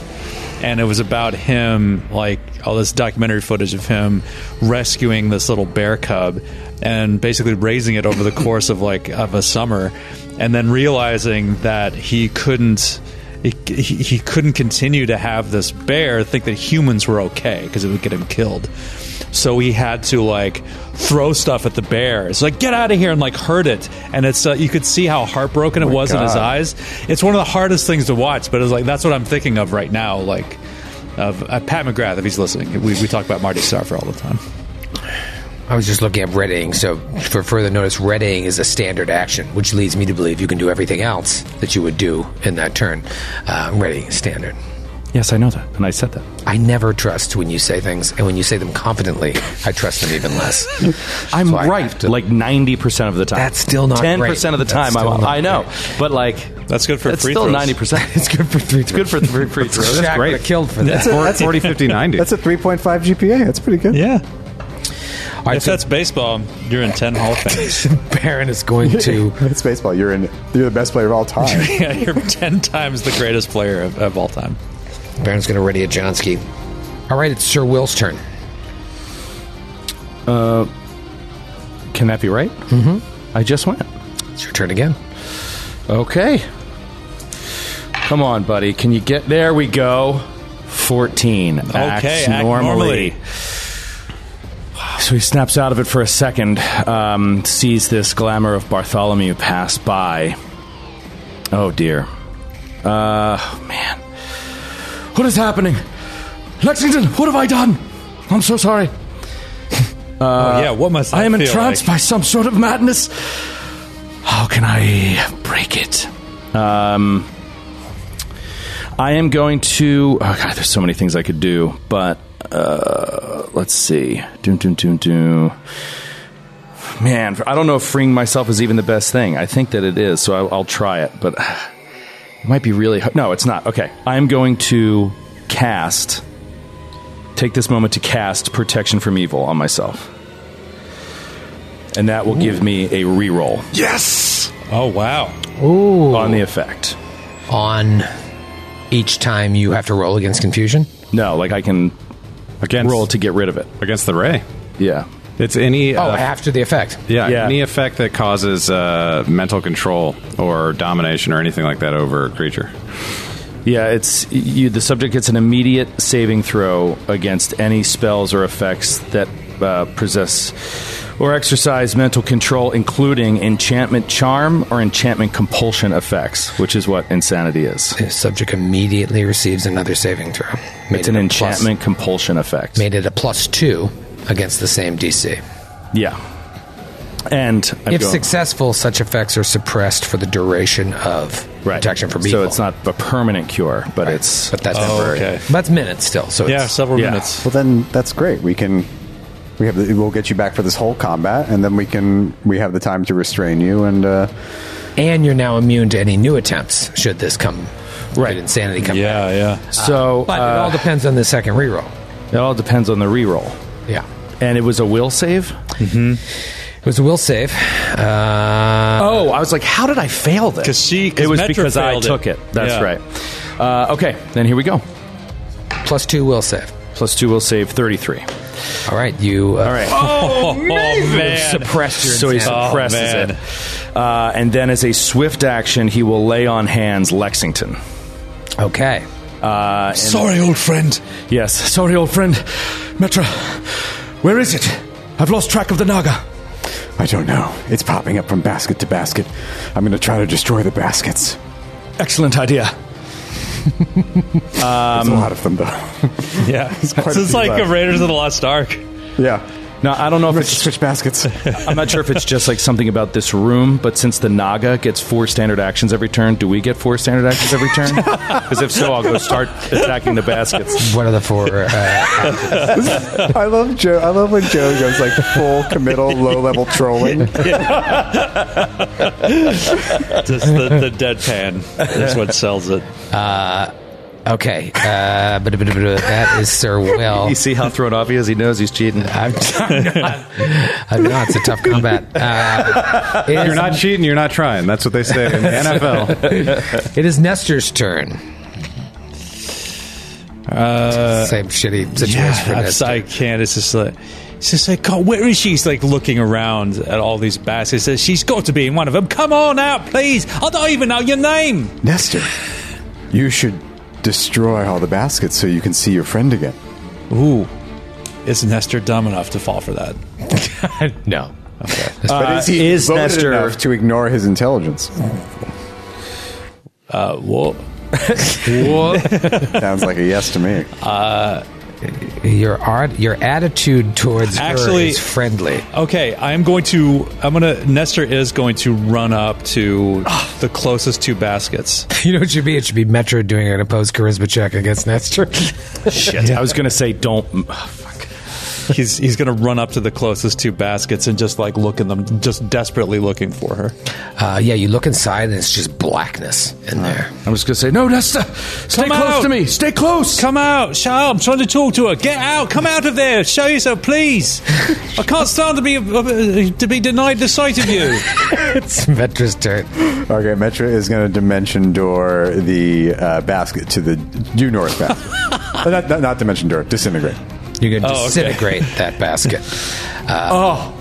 Speaker 8: And it was about him, like all this documentary footage of him rescuing this little bear cub and basically raising it over the course of like of a summer, and then realizing that he couldn't he, he he couldn't continue to have this bear think that humans were okay because it would get him killed. So he had to like throw stuff at the bear. It's like get out of here and like hurt it. And it's uh, you could see how heartbroken it
Speaker 3: Oh
Speaker 8: was in his eyes. It's one of the hardest things to watch, but it's like that's what I'm thinking of right now. Like of uh, Pat McGrath if he's listening. We, we talk about Marty Starfer all the time.
Speaker 2: I was just looking up readying, so for further notice, readying is a standard action, which leads me to believe you can do everything else that you would do in that turn. Uh, ready, standard.
Speaker 3: yes, I know that, and I said that.
Speaker 2: I never trust when you say things, and when you say them confidently, I trust them even less. *laughs*
Speaker 3: I'm
Speaker 2: So I have
Speaker 3: right,
Speaker 2: to-
Speaker 3: like ninety percent of the time.
Speaker 2: That's still not
Speaker 3: ten
Speaker 2: great.
Speaker 3: percent of the
Speaker 2: That's
Speaker 3: time.
Speaker 2: still
Speaker 3: I'm,
Speaker 2: not
Speaker 3: I know, but like
Speaker 8: That's good for
Speaker 3: it's
Speaker 8: free
Speaker 3: still
Speaker 8: throws.
Speaker 3: ninety percent. *laughs* It's good for three. It's good for three free throws.
Speaker 2: Shaq
Speaker 3: That's
Speaker 2: would've
Speaker 3: great.
Speaker 2: killed for that.
Speaker 5: That's, a, that's, a,
Speaker 4: 40, 50, 90.
Speaker 5: that's a 3.5 GPA. That's pretty good.
Speaker 8: Yeah.
Speaker 2: All right,
Speaker 8: If
Speaker 2: so
Speaker 8: that's baseball, you're in ten Hall of Fames.
Speaker 2: *laughs* Baron is going *laughs* to.
Speaker 5: It's baseball. You're in. You're the best player of all time.
Speaker 8: *laughs*
Speaker 3: *laughs*
Speaker 8: yeah, you're ten times the greatest player of, of all time.
Speaker 2: Baron's going to ready a Johnski. All right, it's Sir Will's turn.
Speaker 3: Can that be right? Mm-hmm. I just went.
Speaker 2: It's your turn again.
Speaker 3: Okay. Come on, buddy. Can you get there? We go. Fourteen. Okay.
Speaker 8: act normally.
Speaker 3: So he snaps out of it for a second, um, sees this glamour of Bartholomew pass by. Oh dear. Uh, man. What is happening? Lexington, what have I done? I'm so sorry.
Speaker 8: oh, yeah, what must
Speaker 3: Uh, I am
Speaker 8: that feel
Speaker 3: entranced
Speaker 8: like?
Speaker 3: by some sort of madness. How can I break it? Um, I am going to. Oh god, there's so many things I could do, but uh, let's see. Doom, doom, doom, doom. Man, I don't know if freeing myself is even the best thing. I think that it is, so I'll, I'll try it. But *sighs* it might be really. hard. No, it's not. Okay, I am going to cast. Take this moment to cast protection from evil on myself and that will give me a reroll.
Speaker 7: Yes!
Speaker 8: Oh, wow.
Speaker 2: Ooh.
Speaker 3: on the effect.
Speaker 2: On each time you have to roll against confusion?
Speaker 3: No, like I can
Speaker 4: against
Speaker 3: roll to get rid of it.
Speaker 4: against the ray.
Speaker 3: Yeah.
Speaker 4: It's any
Speaker 2: Oh,
Speaker 4: uh,
Speaker 2: after the effect.
Speaker 4: yeah,
Speaker 3: yeah.
Speaker 4: any effect that causes uh, mental control or domination or anything like that over a creature.
Speaker 3: Yeah, it's you the subject gets an immediate saving throw against any spells or effects that uh, possess or exercise mental control including enchantment charm or enchantment compulsion effects, which is what insanity is.
Speaker 2: The subject immediately receives another saving throw. Made
Speaker 3: It's an
Speaker 2: it a plus-
Speaker 3: enchantment compulsion effect.
Speaker 2: made it a plus two against the same DC.
Speaker 3: Yeah. And I'm
Speaker 2: if
Speaker 3: going-
Speaker 2: successful, such effects are suppressed for the duration of protection from evil.
Speaker 3: So it's not a permanent cure, but it's
Speaker 2: But that's temporary.
Speaker 8: okay.
Speaker 2: But it's minutes still. So
Speaker 8: Yeah,
Speaker 2: it's,
Speaker 8: several
Speaker 3: yeah.
Speaker 8: minutes.
Speaker 5: Well, then that's great. We can we have the, we'll get you back for this whole combat, and then we can we have the time to restrain you. And uh,
Speaker 2: and you're now immune to any new attempts should this come. Right, insanity come. back.
Speaker 8: Yeah, yeah.
Speaker 3: so
Speaker 2: but it
Speaker 3: uh,
Speaker 2: all depends on the second reroll.
Speaker 3: it all depends on the reroll.
Speaker 2: Yeah,
Speaker 3: And it was a will save?
Speaker 2: it was a will save. Uh,
Speaker 3: Oh, I was like, how did I fail this?
Speaker 8: 'Cause she- 'cause
Speaker 3: it was
Speaker 8: Metra
Speaker 3: because I
Speaker 8: failed it.
Speaker 3: took it. That's
Speaker 8: Yeah.
Speaker 3: right. Uh, okay, then here we go.
Speaker 2: plus two will save.
Speaker 3: Plus two will save thirty-three.
Speaker 2: All right, you. Uh,
Speaker 3: All right.
Speaker 8: *laughs* Oh, man.
Speaker 2: suppressed your
Speaker 3: so he
Speaker 2: insanity.
Speaker 8: Oh,
Speaker 3: suppresses
Speaker 8: man.
Speaker 3: it, uh, and then as a swift action, he will lay on hands Lexington.
Speaker 2: Okay.
Speaker 7: Sorry, old friend.
Speaker 3: Yes.
Speaker 9: Sorry, old friend. Metra, where is it? I've lost track of the Naga.
Speaker 5: I don't know. It's popping up from basket to basket. I'm going to try to destroy the baskets.
Speaker 9: Excellent idea.
Speaker 5: There's a lot of them, though. *laughs*
Speaker 8: Yeah. *laughs*
Speaker 5: quite a
Speaker 8: This is
Speaker 5: few
Speaker 8: like
Speaker 5: left.
Speaker 8: a Raiders of the Lost Ark.
Speaker 5: yeah.
Speaker 3: Now I don't know if
Speaker 5: Let's
Speaker 3: it's.
Speaker 5: switch baskets.
Speaker 3: I'm not sure if it's just like something about this room, but since the Naga gets four standard actions every turn, do we get four standard actions every turn?
Speaker 4: *laughs*
Speaker 3: Because if so, I'll go start attacking the baskets.
Speaker 2: What are the four? Uh,
Speaker 5: *laughs* I love Joe. I love when Joe goes like full committal, low level *laughs* trolling.
Speaker 8: Just the, the deadpan is what sells *laughs* it.
Speaker 2: okay. Uh, *laughs* but- but- but- but that is Sir Will.
Speaker 3: You see how thrown off he is? He knows he's cheating.
Speaker 2: I'm, I'm not. I'm not. It's a tough combat. Uh, it
Speaker 4: You're
Speaker 2: is-
Speaker 4: not cheating. You're not trying. That's what they say *laughs* in the NFL.
Speaker 2: It is Nestor's turn.
Speaker 3: Uh,
Speaker 2: Same shitty situation for
Speaker 8: I'm
Speaker 2: Nestor.
Speaker 8: sorry, I can't. It's just like. It's just like, God, where is she? She's like looking around at all these baskets. Says, She's got to be in one of them. Come on out, please. I don't even know your name.
Speaker 5: Nestor, you should destroy all the baskets so you can see your friend again.
Speaker 8: Ooh. Is Nestor dumb enough to fall for that? *laughs*
Speaker 2: no.
Speaker 5: But Uh, is he
Speaker 3: is
Speaker 5: loaded
Speaker 3: Nestor-
Speaker 5: enough to ignore his intelligence?
Speaker 8: Uh, what?
Speaker 5: Sounds like a yes to *laughs* me.
Speaker 2: Your art, your attitude towards her
Speaker 8: Actually-
Speaker 2: is friendly. *laughs*
Speaker 8: Okay, I'm going to. I'm gonna. Nestor is going to run up to the closest two baskets.
Speaker 2: You know what it should be? It should be Metro doing an opposed charisma check against Nestor. *laughs*
Speaker 3: Shit. I was going to say, don't. oh, fuck.
Speaker 8: He's he's gonna run up to the closest two baskets and just like look in them, just desperately looking for her.
Speaker 2: Uh, yeah, you look inside and it's just blackness in there. *laughs*
Speaker 3: I'm just going to say, no, Nesta, stay
Speaker 8: Come
Speaker 3: close
Speaker 8: out.
Speaker 3: to me. Stay close.
Speaker 8: Come out, Shah! I'm trying to talk to her. Get out! Come out of there! Show yourself, please! I can't stand to be uh, to be denied the sight of you.
Speaker 2: It's Metra's turn.
Speaker 5: Okay, Metra is going to dimension door the uh, basket to the due north *laughs* basket. Uh, not, not, not dimension door, disintegrate.
Speaker 2: You're going to
Speaker 8: Oh, okay.
Speaker 2: disintegrate that
Speaker 3: *laughs*
Speaker 2: basket.
Speaker 8: Oh.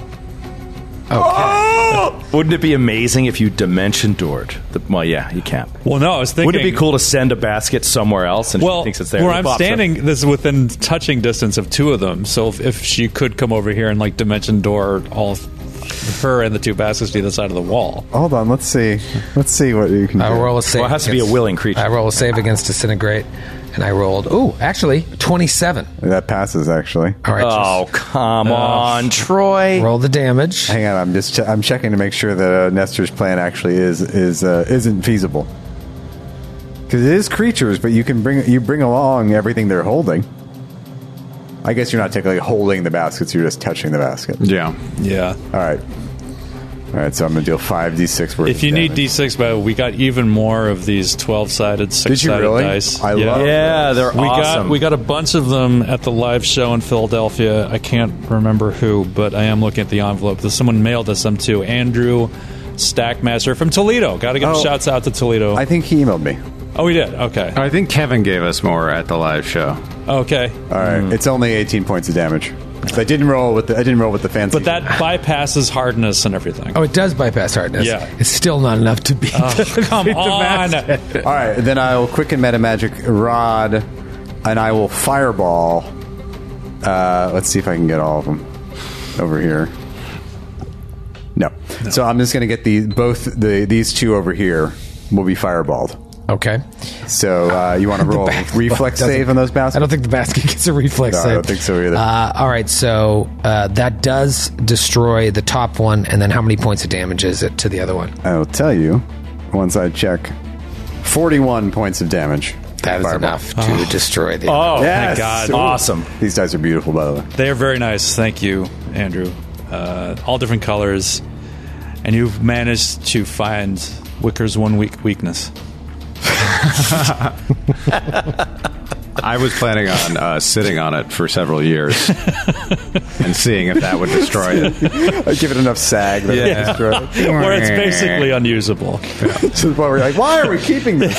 Speaker 3: Wouldn't it be amazing if you dimension doored? The, well, yeah, you can't.
Speaker 8: Well, no, I was thinking.
Speaker 3: Wouldn't it be cool to send a basket somewhere else and
Speaker 8: Well,
Speaker 3: she thinks it's there?
Speaker 8: where
Speaker 3: It
Speaker 8: I'm
Speaker 3: pops up.
Speaker 8: standing, this is within touching distance of two of them. So if, if she could come over here and like dimension door all of her and the two baskets to the side of the wall.
Speaker 5: Hold on, let's see. Let's see what you can do.
Speaker 2: I roll a save.
Speaker 3: Well, it has to be a
Speaker 2: against-
Speaker 3: willing creature.
Speaker 2: I roll a save against disintegrate, and I rolled. Oh, actually, twenty-seven.
Speaker 5: That passes, actually.
Speaker 2: All right,
Speaker 3: Oh, come
Speaker 4: Uh,
Speaker 3: on, Troy.
Speaker 2: just roll the damage.
Speaker 5: Hang on, I'm just che- I'm checking to make sure that uh, Nestor's plan actually is is uh, isn't feasible. Because it is creatures, but you can bring you bring along everything they're holding. I guess you're not technically holding the baskets; you're just touching the basket.
Speaker 4: Yeah,
Speaker 8: Yeah.
Speaker 5: All right, all right. So I'm gonna deal five d6 worth.
Speaker 8: If you
Speaker 5: of
Speaker 8: need
Speaker 5: damage.
Speaker 8: D6, but we got even more of these 12 sided, six sided
Speaker 5: really?
Speaker 8: dice.
Speaker 5: I love
Speaker 3: Yeah, they're
Speaker 8: We
Speaker 3: awesome.
Speaker 8: got we got a bunch of them at the live show in Philadelphia. I can't remember who, but I am looking at the envelope. There's Someone mailed us them to Andrew Stackmaster from Toledo. Got to give
Speaker 5: Oh.
Speaker 8: him shouts out to Toledo.
Speaker 5: I think he emailed me.
Speaker 8: oh, he did. Okay.
Speaker 4: I think Kevin gave us more at the live show.
Speaker 8: Okay.
Speaker 5: All right, it's only 18 points of damage. 'Cause I didn't roll with the I didn't roll with the fancy.
Speaker 8: But that bypasses hardness and everything.
Speaker 7: Oh, it does bypass hardness.
Speaker 8: Yeah.
Speaker 7: It's still not enough to beat. the-
Speaker 8: Come
Speaker 7: beat the
Speaker 8: on.
Speaker 7: master.
Speaker 5: All right, then I will quicken meta magic rod, and I will fireball. Uh, let's see if I can get all of them over here. No. So I'm just going to get the both the these two over here will be fireballed.
Speaker 7: Okay.
Speaker 5: So uh, you
Speaker 7: *laughs*
Speaker 5: want to roll
Speaker 7: back-
Speaker 5: *laughs* reflex
Speaker 7: doesn't-
Speaker 5: save on those
Speaker 7: I
Speaker 5: bastards?
Speaker 7: don't think the basket *laughs* gets a reflex
Speaker 5: No, I
Speaker 7: save.
Speaker 5: don't think so either.
Speaker 7: Uh, all right, so uh, that does destroy the top one, and then how many points of damage is it to the other one?
Speaker 5: I'll tell you once I check. 41 points of damage.
Speaker 7: That is
Speaker 5: Fireball.
Speaker 7: enough to destroy the.
Speaker 8: Oh,
Speaker 5: Yes!
Speaker 8: thank God.
Speaker 5: Ooh.
Speaker 8: Awesome.
Speaker 5: These dice are beautiful, by the way. *laughs*
Speaker 8: They are very nice. Thank you, Andrew. Uh, all different colors. And you've managed to find Wicker's one weak weakness.
Speaker 4: I was planning on uh, sitting on it for several *laughs* years and seeing if that would destroy it.
Speaker 5: I give it enough sag. That
Speaker 4: Yeah.
Speaker 5: yeah. This
Speaker 8: Where it's basically unusable.
Speaker 5: is why we're like, why are we
Speaker 8: *laughs*
Speaker 5: keeping this?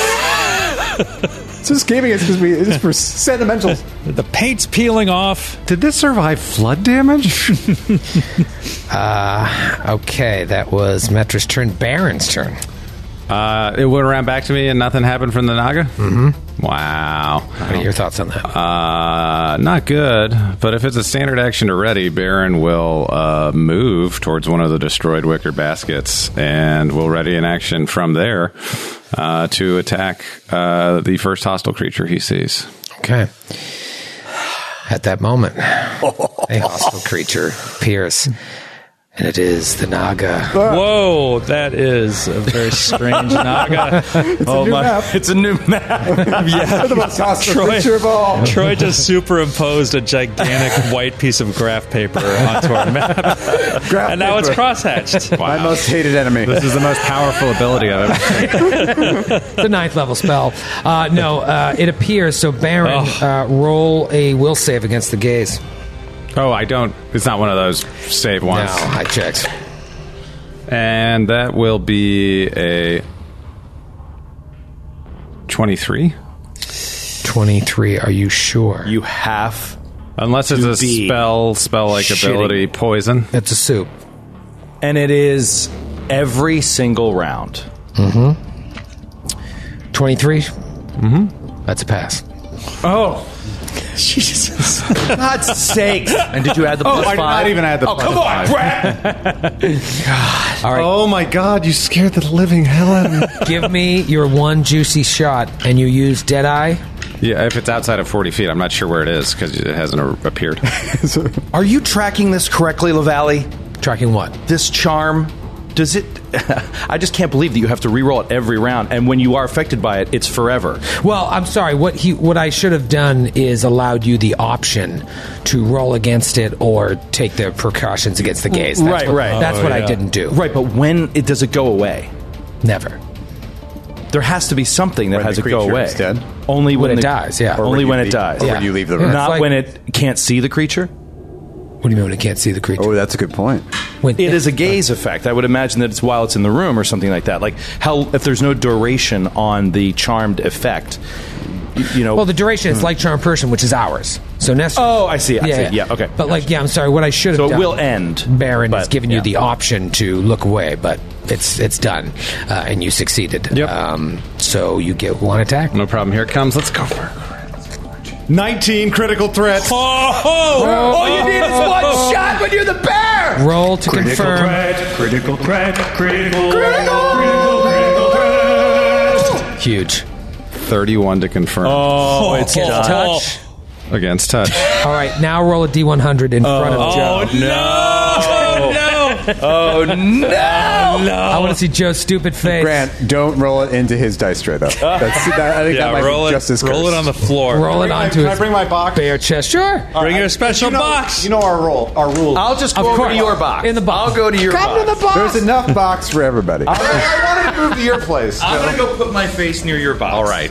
Speaker 5: It's just keeping it because we it's just for sentimental.
Speaker 8: The paint's peeling off.
Speaker 4: Did this survive flood damage?
Speaker 7: Okay, that was Metra's turn. Baron's turn.
Speaker 4: Uh, *laughs* it went around back to me and nothing happened from the Naga? Mm-hmm. Wow.
Speaker 7: What are your thoughts on that?
Speaker 4: Uh, not good. But if it's a standard action to ready, Baron will uh, move towards one of the destroyed wicker baskets and will ready an action from there uh, to attack uh, the first hostile creature he sees.
Speaker 7: Okay. At that moment, a *laughs* hostile creature appears, and it is the Naga.
Speaker 8: Whoa, that is a very strange naga. oh *laughs*
Speaker 5: new map.
Speaker 4: It's a new map.
Speaker 5: *laughs* They're the most hostile creature of all.
Speaker 8: Troy just superimposed a gigantic white piece of graph paper onto our map. *laughs*
Speaker 5: Graph
Speaker 8: and now it's *laughs*
Speaker 5: paper.
Speaker 8: crosshatched.
Speaker 5: My most hated enemy.
Speaker 4: This is the most powerful ability I've ever seen.
Speaker 7: the ninth level spell. Uh, no, uh, it appears. So Baron, uh, roll a will save against the gaze.
Speaker 4: Oh, I don't. It's not one of those save
Speaker 7: No,
Speaker 4: ones.
Speaker 7: I checked.
Speaker 4: And that will be a 23.
Speaker 7: Twenty-three. Are you sure?
Speaker 2: You have
Speaker 4: Unless it's a
Speaker 2: be
Speaker 4: spell, spell like
Speaker 2: shitting.
Speaker 4: ability, poison.
Speaker 7: That's a soup.
Speaker 2: and it is every single round.
Speaker 7: Twenty-three. Mm-hmm. That's a pass.
Speaker 2: Oh, Jesus! God's sake! And did you add the
Speaker 4: Oh, I did not even add the Oh, come on, Oh my god, you scared the living hell out of me.
Speaker 7: Give me your one juicy shot, and you use Deadeye.
Speaker 4: yeah, if it's outside of 40 feet, I'm not sure where it is because it hasn't a- *laughs* appeared.
Speaker 3: Are you tracking this correctly, Lavalley?
Speaker 7: Tracking what?
Speaker 3: This charm? Does it. *laughs* I just can't believe that you have to reroll it every round, and when you are affected by it, it's forever.
Speaker 7: Well, I'm sorry. What he, what I should have done is allowed you the option to roll against it or take the precautions against the gaze. That's
Speaker 3: Right,
Speaker 7: what,
Speaker 3: right. Oh,
Speaker 7: That's what I
Speaker 8: yeah.
Speaker 7: didn't do.
Speaker 3: Right, but when it, does it go away?
Speaker 7: Never.
Speaker 3: There has to be something that
Speaker 5: When
Speaker 3: has
Speaker 5: the
Speaker 3: it go
Speaker 5: creature
Speaker 3: away.
Speaker 5: is dead?
Speaker 3: Only when,
Speaker 7: When it
Speaker 3: the-
Speaker 7: dies, yeah. Or
Speaker 3: Only
Speaker 5: you
Speaker 3: when it
Speaker 5: leave-
Speaker 3: dies.
Speaker 5: or
Speaker 7: Yeah.
Speaker 5: when you leave the
Speaker 7: Yeah.
Speaker 5: room.
Speaker 7: It's
Speaker 3: Not
Speaker 7: like-
Speaker 3: when it can't see the creature.
Speaker 7: What do you mean when it can't see the creature?
Speaker 5: Oh, that's a good point.
Speaker 7: when,
Speaker 3: It is a gaze effect. I would imagine that it's while it's in the room or something like that. Like how if there's no duration on the charmed effect, you, you know.
Speaker 7: Well, the duration is like charm person, which is hours. So Nestor.
Speaker 3: Hmm. oh, I see. I see. Yeah. Okay.
Speaker 7: But like, yeah, I'm sorry. What I should have
Speaker 3: So it
Speaker 7: done.
Speaker 3: will end,
Speaker 7: Baron has
Speaker 3: but-
Speaker 7: given you
Speaker 3: yeah.
Speaker 7: the option to look away, but it's it's done, uh, and you succeeded.
Speaker 4: Yep.
Speaker 7: Um, so you get one attack.
Speaker 4: No problem. Here it comes. Let's go for it. 19 critical threat.
Speaker 8: All you need is one shot.
Speaker 7: Roll to confirm.
Speaker 10: critical threat, critical,
Speaker 7: Huge.
Speaker 4: 31 to confirm.
Speaker 8: Oh, it's
Speaker 7: touch.
Speaker 3: Oh.
Speaker 4: Against *laughs* touch.
Speaker 7: All right, now roll a d100 in front
Speaker 3: Oh,
Speaker 7: of Joe.
Speaker 8: Oh, no. *laughs* Oh, no.
Speaker 7: I want to see Joe's stupid face.
Speaker 5: Grant, don't roll it into his
Speaker 8: *laughs*
Speaker 5: dice tray, though. That's, that, I think that
Speaker 8: Yeah,
Speaker 5: might
Speaker 8: roll
Speaker 5: be
Speaker 8: it,
Speaker 5: just as
Speaker 8: roll it
Speaker 5: cursed.
Speaker 8: on the floor.
Speaker 7: roll it onto his
Speaker 4: my box?
Speaker 7: bare chest. Sure.
Speaker 8: Bring your special box.
Speaker 4: know our role. Our rule.
Speaker 3: I'll just go
Speaker 7: Of
Speaker 3: over
Speaker 7: course.
Speaker 3: to your box.
Speaker 7: In the box.
Speaker 3: I'll go to your
Speaker 7: Come
Speaker 3: box.
Speaker 7: to the box.
Speaker 5: There's enough box for everybody.
Speaker 4: I wanted to move to your
Speaker 5: *laughs*
Speaker 4: place.
Speaker 8: I'm going to go put my face near your box.
Speaker 4: All right.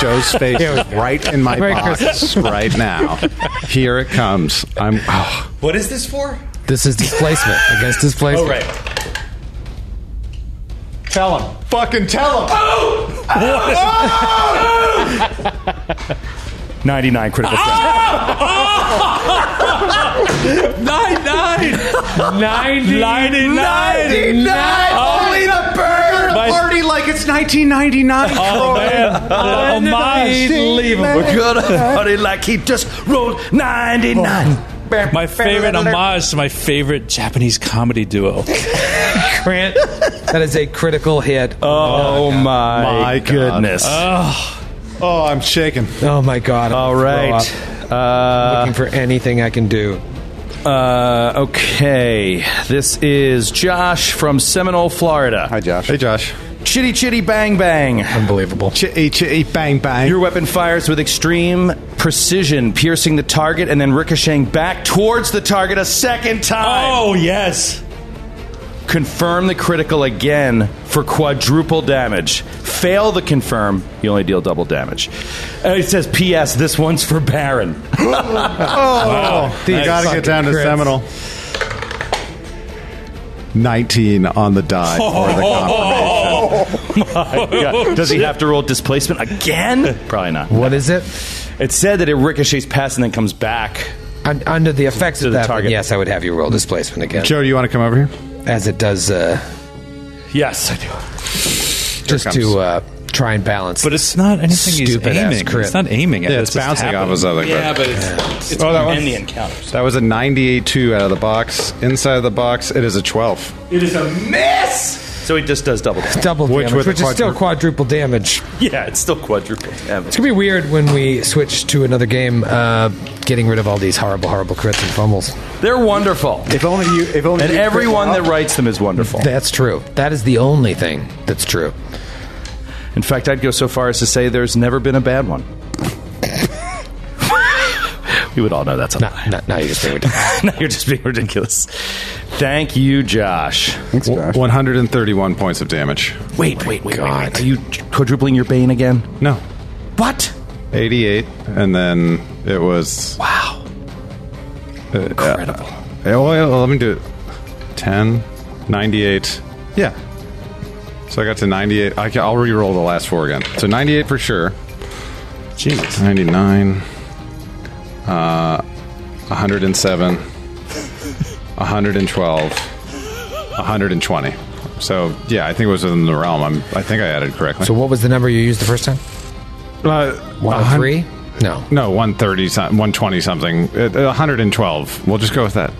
Speaker 4: Joe's face is right in my
Speaker 7: Merry
Speaker 4: box right now. Here it comes. I'm. Oh,
Speaker 8: What is this for?
Speaker 3: *laughs* Oh,
Speaker 7: This is displacement against displacement.
Speaker 8: Oh, right.
Speaker 11: Tell him.
Speaker 5: Fucking tell him.
Speaker 3: *laughs* Ninety-nine critical.
Speaker 5: Ah!
Speaker 12: Nine, nine.
Speaker 8: 90.
Speaker 12: 99.
Speaker 5: 99. Only the burger
Speaker 12: My-
Speaker 5: party like it's 1999.
Speaker 12: Oh, man. Unbelievable.
Speaker 5: We're
Speaker 7: *laughs*
Speaker 12: gonna
Speaker 3: party like he just rolled 99.
Speaker 8: My favorite homage to my favorite Japanese comedy duo.
Speaker 7: Grant, that is a critical hit.
Speaker 3: Oh, my,
Speaker 7: My
Speaker 3: goodness. Uh,
Speaker 5: Oh, I'm shaking.
Speaker 7: Oh my god. All
Speaker 3: right.
Speaker 7: Uh, looking for anything I can do.
Speaker 3: Uh, okay. This is Josh from Seminole, Florida. Hi,
Speaker 5: Josh.
Speaker 4: Hey, Josh.
Speaker 3: Chitty chitty bang bang.
Speaker 7: Unbelievable.
Speaker 4: Chitty chitty bang bang.
Speaker 3: Your weapon fires with extreme precision, piercing the target and then ricocheting back towards the target a second time.
Speaker 8: Oh, yes.
Speaker 3: Confirm the critical again for quadruple damage. Fail the confirm, you only deal double damage. Uh, it says, P.S. This onene's for Baron.
Speaker 4: Oh, you gotta get down to Seminole. 19 on the die for the confirmation.
Speaker 3: Yeah. Does he have to roll displacement again? Probably not.
Speaker 7: What is it?
Speaker 3: It said that it ricochets past and then comes back.
Speaker 7: Un- under the effects
Speaker 3: To
Speaker 7: of
Speaker 3: the
Speaker 7: that,
Speaker 3: target.
Speaker 7: yes, I would have you roll displacement again.
Speaker 4: Joe, do you want to come over here?
Speaker 7: As it does, uh,
Speaker 3: Yes, I do.
Speaker 7: just to uh, try and balance.
Speaker 8: But it's not anything
Speaker 7: Stupid-ass
Speaker 8: he's aiming.
Speaker 7: crit.
Speaker 8: It's not aiming at
Speaker 4: Yeah,
Speaker 8: it.
Speaker 4: it's
Speaker 8: just
Speaker 4: bouncing off
Speaker 8: happening.
Speaker 4: his other.
Speaker 11: Yeah,
Speaker 4: but
Speaker 11: but it's, it's
Speaker 4: Oh, that one-
Speaker 11: in the encounters.
Speaker 4: that was a 98.2 out of the box. Inside of the box, it is a 12.
Speaker 11: It is a miss.
Speaker 3: So he just does double damage.
Speaker 7: double
Speaker 4: Which
Speaker 7: damage,
Speaker 4: with
Speaker 7: which,
Speaker 4: the
Speaker 7: is still
Speaker 4: quadru-
Speaker 7: quadruple damage. It's
Speaker 3: Yeah, it's still quadruple damage.
Speaker 7: gonna be weird when we switch to another game, uh, getting rid of all these horrible, horrible crits and fumbles.
Speaker 3: They're wonderful.
Speaker 5: If only you. If only
Speaker 3: And
Speaker 5: you
Speaker 3: everyone that writes them is wonderful.
Speaker 7: That's true. That is the only thing that's true.
Speaker 3: In fact, I'd go so far as to say there's never been a bad one. *laughs* we would all know that's a
Speaker 7: Not,
Speaker 3: lie.
Speaker 7: not, not you
Speaker 3: *laughs*
Speaker 7: just being ridiculous.
Speaker 3: now you're just being ridiculous. Thank you, Josh.
Speaker 5: Thanks, Josh.
Speaker 4: 131 points of damage.
Speaker 3: Wait, wait, wait, wait, wait. Are you quadrupling your bane again?
Speaker 4: No.
Speaker 3: What?
Speaker 4: 88. And then it was.
Speaker 3: Wow. Incredible.
Speaker 4: eh, well, yeah, let me do it. 10, 98. Yeah. So I got to 98. I can, I'll re roll the last four again. So 98 for sure.
Speaker 3: Jesus.
Speaker 4: 99 uh 107 112 120 so yeah i think it was within the realm I'm, i think i added correctly
Speaker 7: So, what was the number you used the first time?
Speaker 4: uh,
Speaker 7: One
Speaker 4: hun-
Speaker 7: three? No.
Speaker 4: no 130 some- 120 something Uh, uh, 112 we'll just go with that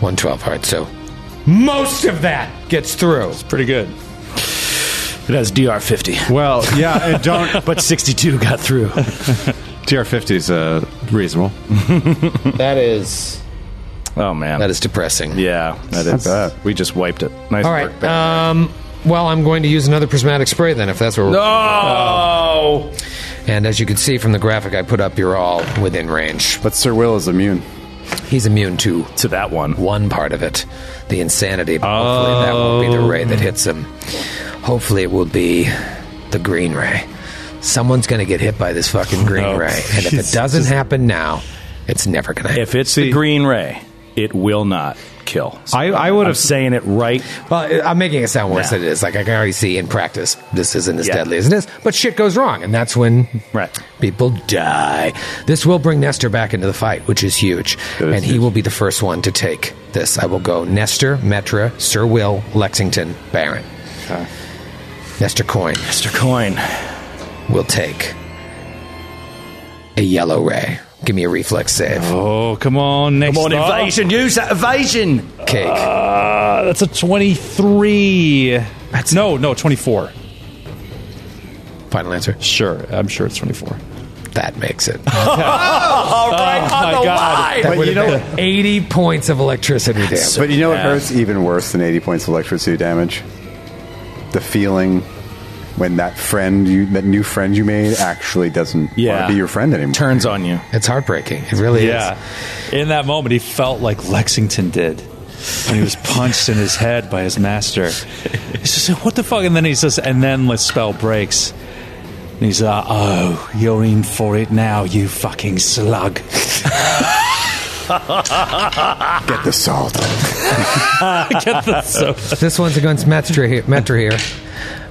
Speaker 7: 112. All right, so most of that gets through.
Speaker 8: Pretty good.
Speaker 3: It has DR 50.
Speaker 4: well yeah and *laughs* don't
Speaker 3: But 62 got
Speaker 7: *laughs*
Speaker 3: through.
Speaker 4: tr50 is uh, reasonable
Speaker 7: That is
Speaker 3: Oh, man.
Speaker 7: that is depressing.
Speaker 3: Yeah, that is. We just wiped it. Nice
Speaker 7: All
Speaker 3: work,
Speaker 7: right.
Speaker 3: Ben.
Speaker 7: Um, well, I'm going to use another prismatic spray then, if that's what we're.
Speaker 3: no!
Speaker 7: And as you can see from the graphic I put up, you're all within range.
Speaker 5: But Sir Will is immune.
Speaker 7: He's immune to
Speaker 3: To that one.
Speaker 7: one part of it, the insanity. But hopefully, that won't be the ray
Speaker 3: Oh.
Speaker 7: that hits him. Hopefully, it will be the green ray. Someone's going to get hit by this fucking green
Speaker 3: Oh,
Speaker 8: No.
Speaker 7: ray, and if it
Speaker 8: It's
Speaker 7: doesn't happen now, it's never going to. happen.
Speaker 3: If it's the green ray, it will not kill.
Speaker 4: I- I would
Speaker 3: I'm
Speaker 4: have-
Speaker 3: saying it right.
Speaker 7: Well, I'm making it sound worse
Speaker 3: Yeah.
Speaker 7: than it is. Like I can already see in practice, this isn't as
Speaker 3: Yeah.
Speaker 7: deadly as it is. But shit goes wrong, and that's when
Speaker 3: Right.
Speaker 7: people die. This will bring Nestor back into the fight, which is huge, and he will be the first one to take this. I will go Nestor, Metra, Sir Will, Lexington, Baron. Nestor Coin
Speaker 3: Mr. Coin.
Speaker 7: will take a yellow ray. Give me a reflex save.
Speaker 8: Oh, come on, next
Speaker 3: Come on,
Speaker 8: up.
Speaker 3: evasion. Use that evasion.
Speaker 7: Cake.
Speaker 8: Uh, that's a 23. That's no, no, 24.
Speaker 7: Final answer.
Speaker 8: Sure, I'm sure it's 24.
Speaker 7: That makes it.
Speaker 3: All right, on
Speaker 8: my
Speaker 3: the
Speaker 8: God.
Speaker 3: line.
Speaker 7: That would have been 80 points of electricity damage.
Speaker 5: But you know what hurts even worse than 80 points of electricity damage? The feeling when that friend, you, that new friend you made, actually doesn't want
Speaker 3: Yeah.
Speaker 5: to be your friend anymore.
Speaker 3: Turns on you.
Speaker 7: It's heartbreaking. It really
Speaker 8: Yeah. In that moment, he felt like Lexington did when he was punched in his head by his master. He's just like, what the fuck? And then he says, and then the spell breaks. And he's like, oh, you're in for it now, you fucking slug.
Speaker 5: Get the salt.
Speaker 6: Get the soap.
Speaker 2: This one's against Metra here. Metra here.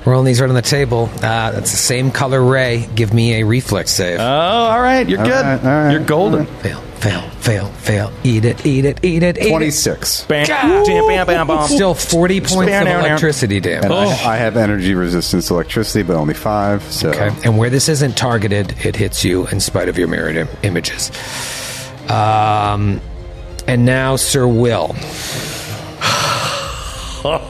Speaker 2: Rolling these right on the table. Uh, that's the same color ray. Give me a reflex save. Oh,
Speaker 3: all right. You're good. You're golden.
Speaker 2: Fail, fail, fail, fail. Eat it, eat it, eat it, eat
Speaker 5: 26.
Speaker 2: it.
Speaker 3: Bam,
Speaker 2: God.
Speaker 3: jam, bam, bam, bam.
Speaker 2: Still 40 points
Speaker 3: Bam,
Speaker 2: of
Speaker 3: down, down.
Speaker 2: electricity damage.
Speaker 5: And I, I have energy resistance to electricity, but only five. So
Speaker 2: Okay. And where this isn't targeted, it hits you in spite of your mirrored Im- images. Um, and now Sir Will.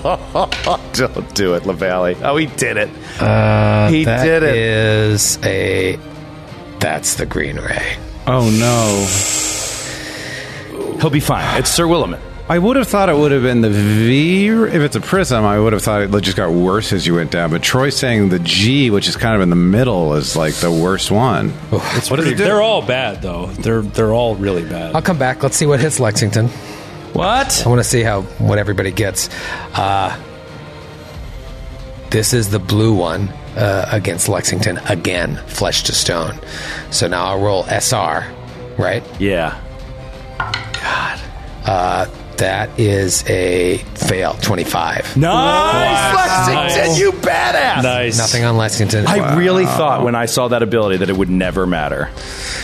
Speaker 3: Don't do it, LaValle. Oh, he did it.
Speaker 2: Uh,
Speaker 3: He did it.
Speaker 2: Is a that's the green ray.
Speaker 4: Oh no.
Speaker 3: He'll be fine. It's Sir Willamette.
Speaker 4: I would have thought it would have been the V. If it's a prism, I would have thought it just got worse as you went down. But Troy's saying the G, which is kind of in the middle, is like the worst one. what does it do?
Speaker 8: They're all bad though. They're they're all really bad.
Speaker 2: I'll come back. Let's see what hits Lexington.
Speaker 3: What?
Speaker 2: I want to see how what everybody gets. Uh, this is the blue one uh, against Lexington again, flesh to stone. So now I'll roll SR, right?
Speaker 3: Yeah.
Speaker 2: God. Uh, that is a fail, 25.
Speaker 3: Nice, Lexington, you badass.
Speaker 2: Nothing on Lexington.
Speaker 3: I really thought when I saw that ability that it would never matter.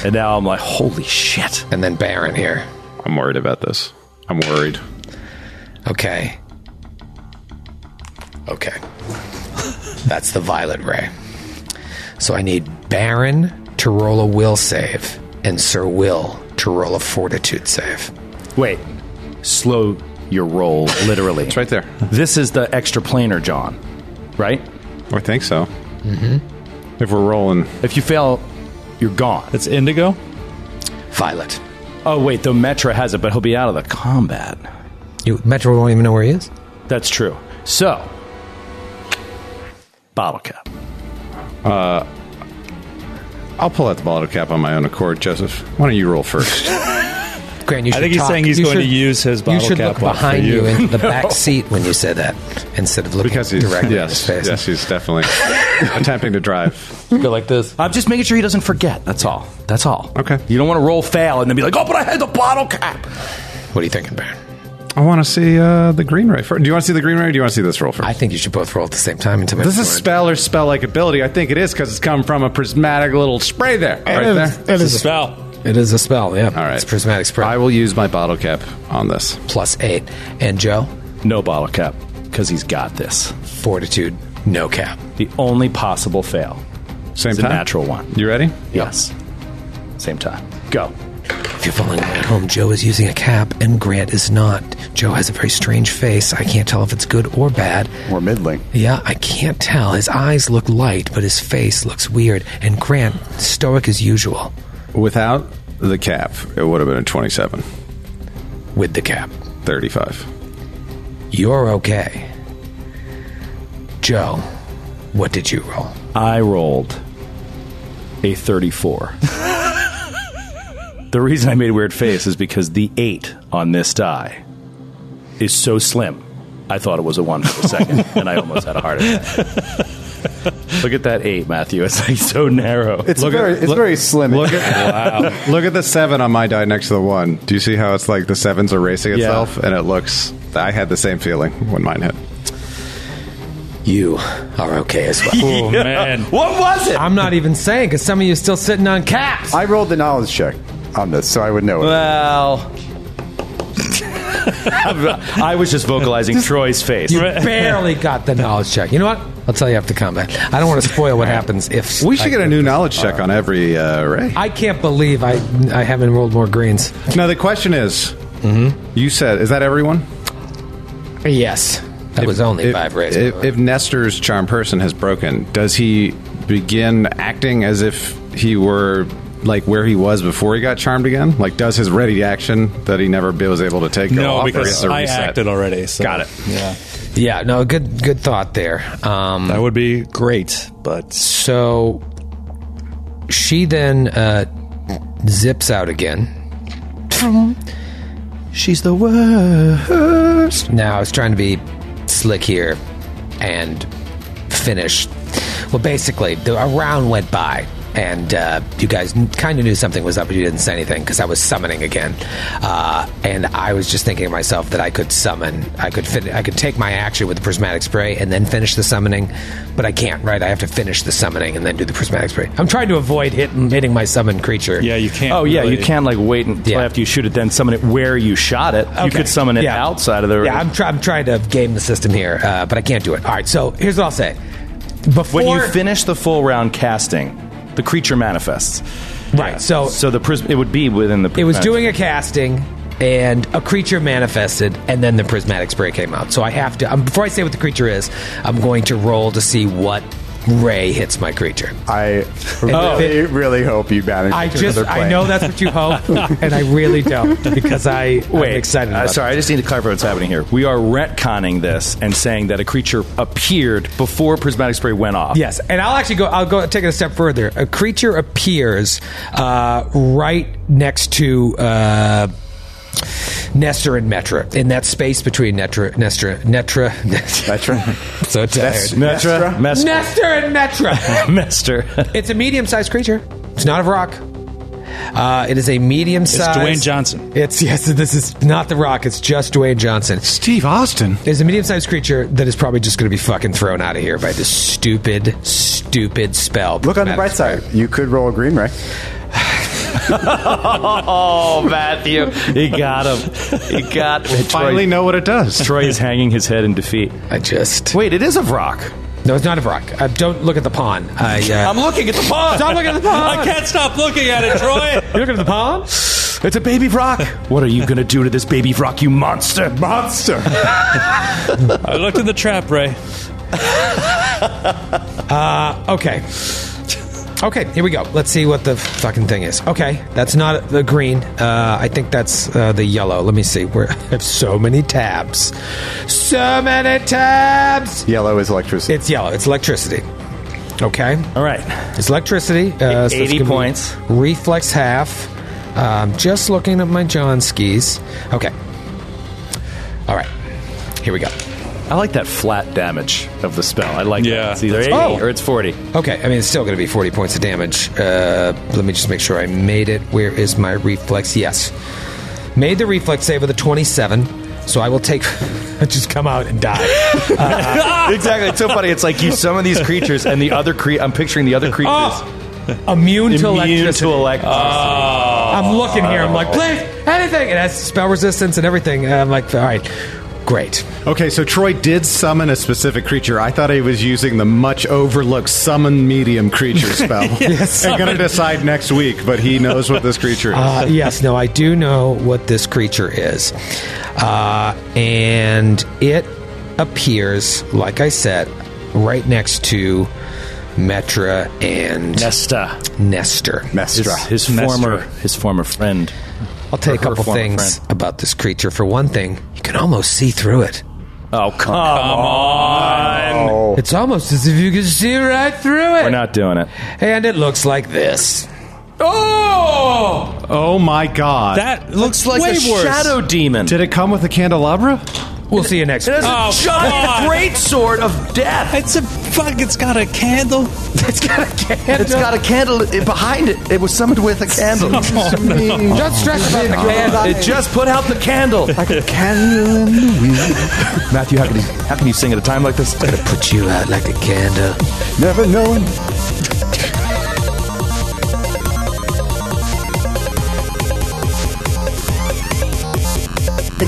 Speaker 3: And now I'm like, holy shit.
Speaker 2: And then Baron here.
Speaker 4: I'm worried about this. I'm worried.
Speaker 2: Okay. Okay. That's the violet ray. So I need Baron to roll a will save and Sir Will to roll a fortitude save.
Speaker 3: Wait. Slow your roll, literally. it's
Speaker 4: right there.
Speaker 3: This is the extra planar, John, right?
Speaker 4: I think so.
Speaker 3: Mm-hmm.
Speaker 4: If we're rolling.
Speaker 3: If you fail, you're gone.
Speaker 8: It's indigo?
Speaker 2: Violet.
Speaker 3: Oh, wait, though Metra has it, but he'll be out of the combat.
Speaker 2: You, Metro won't even know where he is?
Speaker 3: That's true. So, bottle cap.
Speaker 4: Uh, I'll pull out the bottle cap on my own accord, Joseph. Why don't you roll first?
Speaker 2: Grant, you
Speaker 8: I
Speaker 2: should
Speaker 8: think he's
Speaker 2: talk.
Speaker 8: saying he's
Speaker 2: You
Speaker 8: going to
Speaker 2: should-
Speaker 8: use his
Speaker 2: You
Speaker 8: bottle
Speaker 2: should
Speaker 8: cap
Speaker 2: look
Speaker 8: off for
Speaker 2: behind you
Speaker 8: you. *laughs*
Speaker 2: in the
Speaker 8: No.
Speaker 2: back seat when you say that instead of looking
Speaker 4: because he's
Speaker 2: directly in his
Speaker 4: yes,
Speaker 2: face.
Speaker 4: yes, he's definitely attempting to drive.
Speaker 2: Go like this.
Speaker 3: I'm just making sure he doesn't forget. That's all. That's all.
Speaker 4: Okay.
Speaker 3: You don't want to roll fail and then be like, oh, but I had the bottle cap.
Speaker 2: What are you thinking, Baron?
Speaker 4: I want to see uh, the green ray. First. Do you want to see the green ray? or Do you want to see this roll first? I
Speaker 2: think you should both roll at the same time. Until
Speaker 4: this is spell or spell like ability. I think it is because it's come from a prismatic little spray there, right
Speaker 2: It
Speaker 4: there.
Speaker 2: is- it is a spell. It is a spell. Yeah. All
Speaker 4: right. It's
Speaker 2: prismatic spray.
Speaker 4: I will use my bottle cap on this.
Speaker 2: Plus eight. And Joe?
Speaker 3: No bottle cap because he's got this.
Speaker 2: Fortitude, no cap.
Speaker 3: The only possible fail.
Speaker 4: Same
Speaker 3: is
Speaker 4: time?
Speaker 3: A natural one.
Speaker 4: You ready?
Speaker 3: Yes. Same time. Go.
Speaker 2: If you're following along at home, Joe is using a cap and Grant is not. Joe has a very strange face. I can't tell if it's good or bad.
Speaker 5: Or middling.
Speaker 2: Yeah, I can't tell. His eyes look light, but his face looks weird. And Grant, stoic as usual.
Speaker 4: Without the cap, it would have been a 27.
Speaker 2: With the cap,
Speaker 4: 35.
Speaker 2: You're okay. Joe, what did you roll?
Speaker 3: I rolled a 34. the reason I made a weird face is because the 8 on this die is so slim. I thought it was a 1 for a second, and I almost had a heart attack. Look at that 8, Matthew. It's like so narrow.
Speaker 5: It's very- it's very slim.
Speaker 4: Look at,
Speaker 3: Oh.
Speaker 4: look at the seven on my die next to the one. Do you see how it's like the seven's erasing itself? And it looks. I had the same feeling when mine hit.
Speaker 2: You are okay as well.
Speaker 8: Oh, man.
Speaker 3: What was it?
Speaker 2: I'm not even saying because some of you are still sitting on caps.
Speaker 5: I rolled the knowledge check on this, so I would know it.
Speaker 3: Well. I was just vocalizing Troy's face.
Speaker 2: You barely got the knowledge check. You know what? I'll tell you after combat. I don't want to spoil what happens if
Speaker 4: We should
Speaker 2: I-
Speaker 4: get a new knowledge check on every uh, ray.
Speaker 2: I can't believe I I haven't rolled more greens.
Speaker 4: Now the question is, you said, is that everyone?
Speaker 2: Yes, that was only five rays. by the
Speaker 4: If,
Speaker 2: way.
Speaker 4: if Nestor's charm person has broken, does he begin acting as if he were like where he was before he got charmed again? Like, does his ready action that he never be- was able to take? go
Speaker 8: No,
Speaker 4: off, or
Speaker 8: because
Speaker 4: is it a
Speaker 8: I
Speaker 4: reset?
Speaker 8: acted already, so-
Speaker 4: Got it.
Speaker 8: Yeah.
Speaker 2: yeah, no, good good thought there. Um,
Speaker 8: That would be great, but
Speaker 2: so she then uh, zips out again.
Speaker 6: She's the worst.
Speaker 2: Now, I was trying to be slick here and finish. Well, basically, the, a round went by, and uh, you guys kind of knew something was up, but you didn't say anything because I was summoning again, uh, and I was just thinking to myself that I could summon, I could fin- I could take my action with the prismatic spray and then finish the summoning, but I can't. Right, I have to finish the summoning and then do the prismatic spray. I'm trying to avoid hitting hitting my summoned creature. Yeah, you can't.
Speaker 3: Oh yeah, you can like wait until after you shoot it, then summon it where you shot it. You could summon it outside of the.
Speaker 2: Yeah, I'm, try- I'm trying to game the system here, uh, but I can't do it. All right, so here's what I'll say. Before
Speaker 3: when you finish the full round casting, the creature manifests.
Speaker 2: Right. So
Speaker 3: so the prism it would be within the.
Speaker 2: It was
Speaker 3: prismatic-
Speaker 2: doing a casting, and a creature manifested, and then the prismatic spray came out. So I have to. Um, before I say what the creature is, I'm going to roll to see what ray hits my creature.
Speaker 5: I really, *laughs* really hope you manage.
Speaker 2: I
Speaker 5: to
Speaker 2: just
Speaker 5: another
Speaker 2: I
Speaker 5: plane.
Speaker 2: know that's what you hope, and I really don't *laughs* because I
Speaker 3: Wait,
Speaker 2: I'm excited.
Speaker 3: uh,
Speaker 2: About
Speaker 3: sorry, I just need to clarify what's happening here. We are retconning this and saying that a creature appeared before prismatic spray went off.
Speaker 2: Yes, and I'll actually go. I'll go take it a step further. A creature appears uh, right next to uh, Nestor and Metra in that space between Netra, Nestor, Netra, Metra. *laughs* so tired.
Speaker 3: Metra? Mestra?
Speaker 2: Nestor and Metra. *laughs*
Speaker 3: *laughs* Metra.
Speaker 2: it's a medium-sized creature. It's not of rock. Uh, it is a medium-sized.
Speaker 8: Dwayne Johnson.
Speaker 2: It's yes. This is not the Rock. It's just Dwayne Johnson.
Speaker 13: Steve Austin
Speaker 2: is a medium-sized creature that is probably just going to be fucking thrown out of here by this stupid, stupid spell.
Speaker 5: Look on the bright side. You could roll a green ray.
Speaker 3: oh, Matthew, he got him. He got.
Speaker 4: Finally know what it
Speaker 3: *laughs*
Speaker 4: does.
Speaker 3: Troy is hanging his head in defeat.
Speaker 2: I just
Speaker 3: wait. It is of rock.
Speaker 2: No, it's not of rock. Uh, don't look at the pawn. I, uh,
Speaker 3: I'm looking at the pawn.
Speaker 2: Stop looking at the pawn.
Speaker 8: I can't stop looking at it, Troy.
Speaker 2: You're looking at the pawn.
Speaker 3: It's a baby rock. What are you gonna do to this baby rock, you monster?
Speaker 5: Monster.
Speaker 8: I looked in the trap, Ray.
Speaker 2: Uh, okay. Okay, here we go. Let's see what the fucking thing is. Okay, that's not the green. Uh, I think that's uh, the yellow. Let me see. Where *laughs* I have so many tabs. So many tabs.
Speaker 5: Yellow is electricity.
Speaker 2: It's yellow. It's electricity. Okay.
Speaker 3: All right.
Speaker 2: It's electricity. Uh, so it's
Speaker 3: 80
Speaker 2: gonna be
Speaker 3: points.
Speaker 2: Reflex half. Um, just looking at my John skis. Okay. All right. Here we go.
Speaker 3: I like that flat damage of the spell. I like yeah, Oh. that. It's either
Speaker 2: That's
Speaker 3: 80
Speaker 2: cool.
Speaker 3: or it's 40.
Speaker 2: Okay, I mean, it's still going to be 40 points of damage. Uh, let me just make sure I made it. Where is my reflex? Yes. Made the reflex save with a 27, so I will take. *laughs* just come out and *laughs* die.
Speaker 3: exactly. It's so funny. It's like you summon these creatures, and the other cre- I'm picturing the other creatures
Speaker 2: Oh! immune,
Speaker 3: to
Speaker 2: electricity.
Speaker 3: Oh.
Speaker 2: Oh.
Speaker 3: electricity.
Speaker 2: I'm looking here. I'm like, please, anything. It has spell resistance and everything. And I'm like, all right, great.
Speaker 13: Okay, so Troy did summon a specific creature. I thought he was using the much overlooked summon medium
Speaker 2: *laughs*
Speaker 13: creature spell.
Speaker 2: Yes.
Speaker 13: I'm going to decide next week, but he knows what this creature is.
Speaker 2: Uh, yes, no, I do know what this creature is. Uh, and it appears, like I said, right next to Metra and
Speaker 3: Nesta.
Speaker 2: Nestor.
Speaker 3: His, his former, his former friend.
Speaker 2: I'll tell you a
Speaker 3: Her
Speaker 2: couple
Speaker 3: former
Speaker 2: things
Speaker 3: friend.
Speaker 2: about this creature. For one thing, you can almost see through it.
Speaker 3: Oh, come, on.
Speaker 2: It's almost as if you can see right through it.
Speaker 3: We're not doing it.
Speaker 2: And it looks like this.
Speaker 8: Oh!
Speaker 13: Oh my god.
Speaker 8: That looks like
Speaker 3: Way
Speaker 8: a
Speaker 3: worse.
Speaker 8: shadow
Speaker 3: demon.
Speaker 13: Did it come with a candelabra?
Speaker 2: We'll see you next
Speaker 3: It has
Speaker 8: Oh,
Speaker 3: a giant
Speaker 8: God.
Speaker 3: great sword of death.
Speaker 8: It's a fuck. It's got a candle.
Speaker 2: It's got a candle.
Speaker 14: It's got a candle i- behind it. It was summoned with a candle.
Speaker 2: Don't stress about the candle.
Speaker 3: It just put out the candle.
Speaker 14: Like
Speaker 3: *laughs*
Speaker 14: a candle in the wind.
Speaker 3: Matthew, how can you how can you sing at a time like this? It's gonna
Speaker 2: put you out like a candle.
Speaker 5: Never knowing.
Speaker 15: The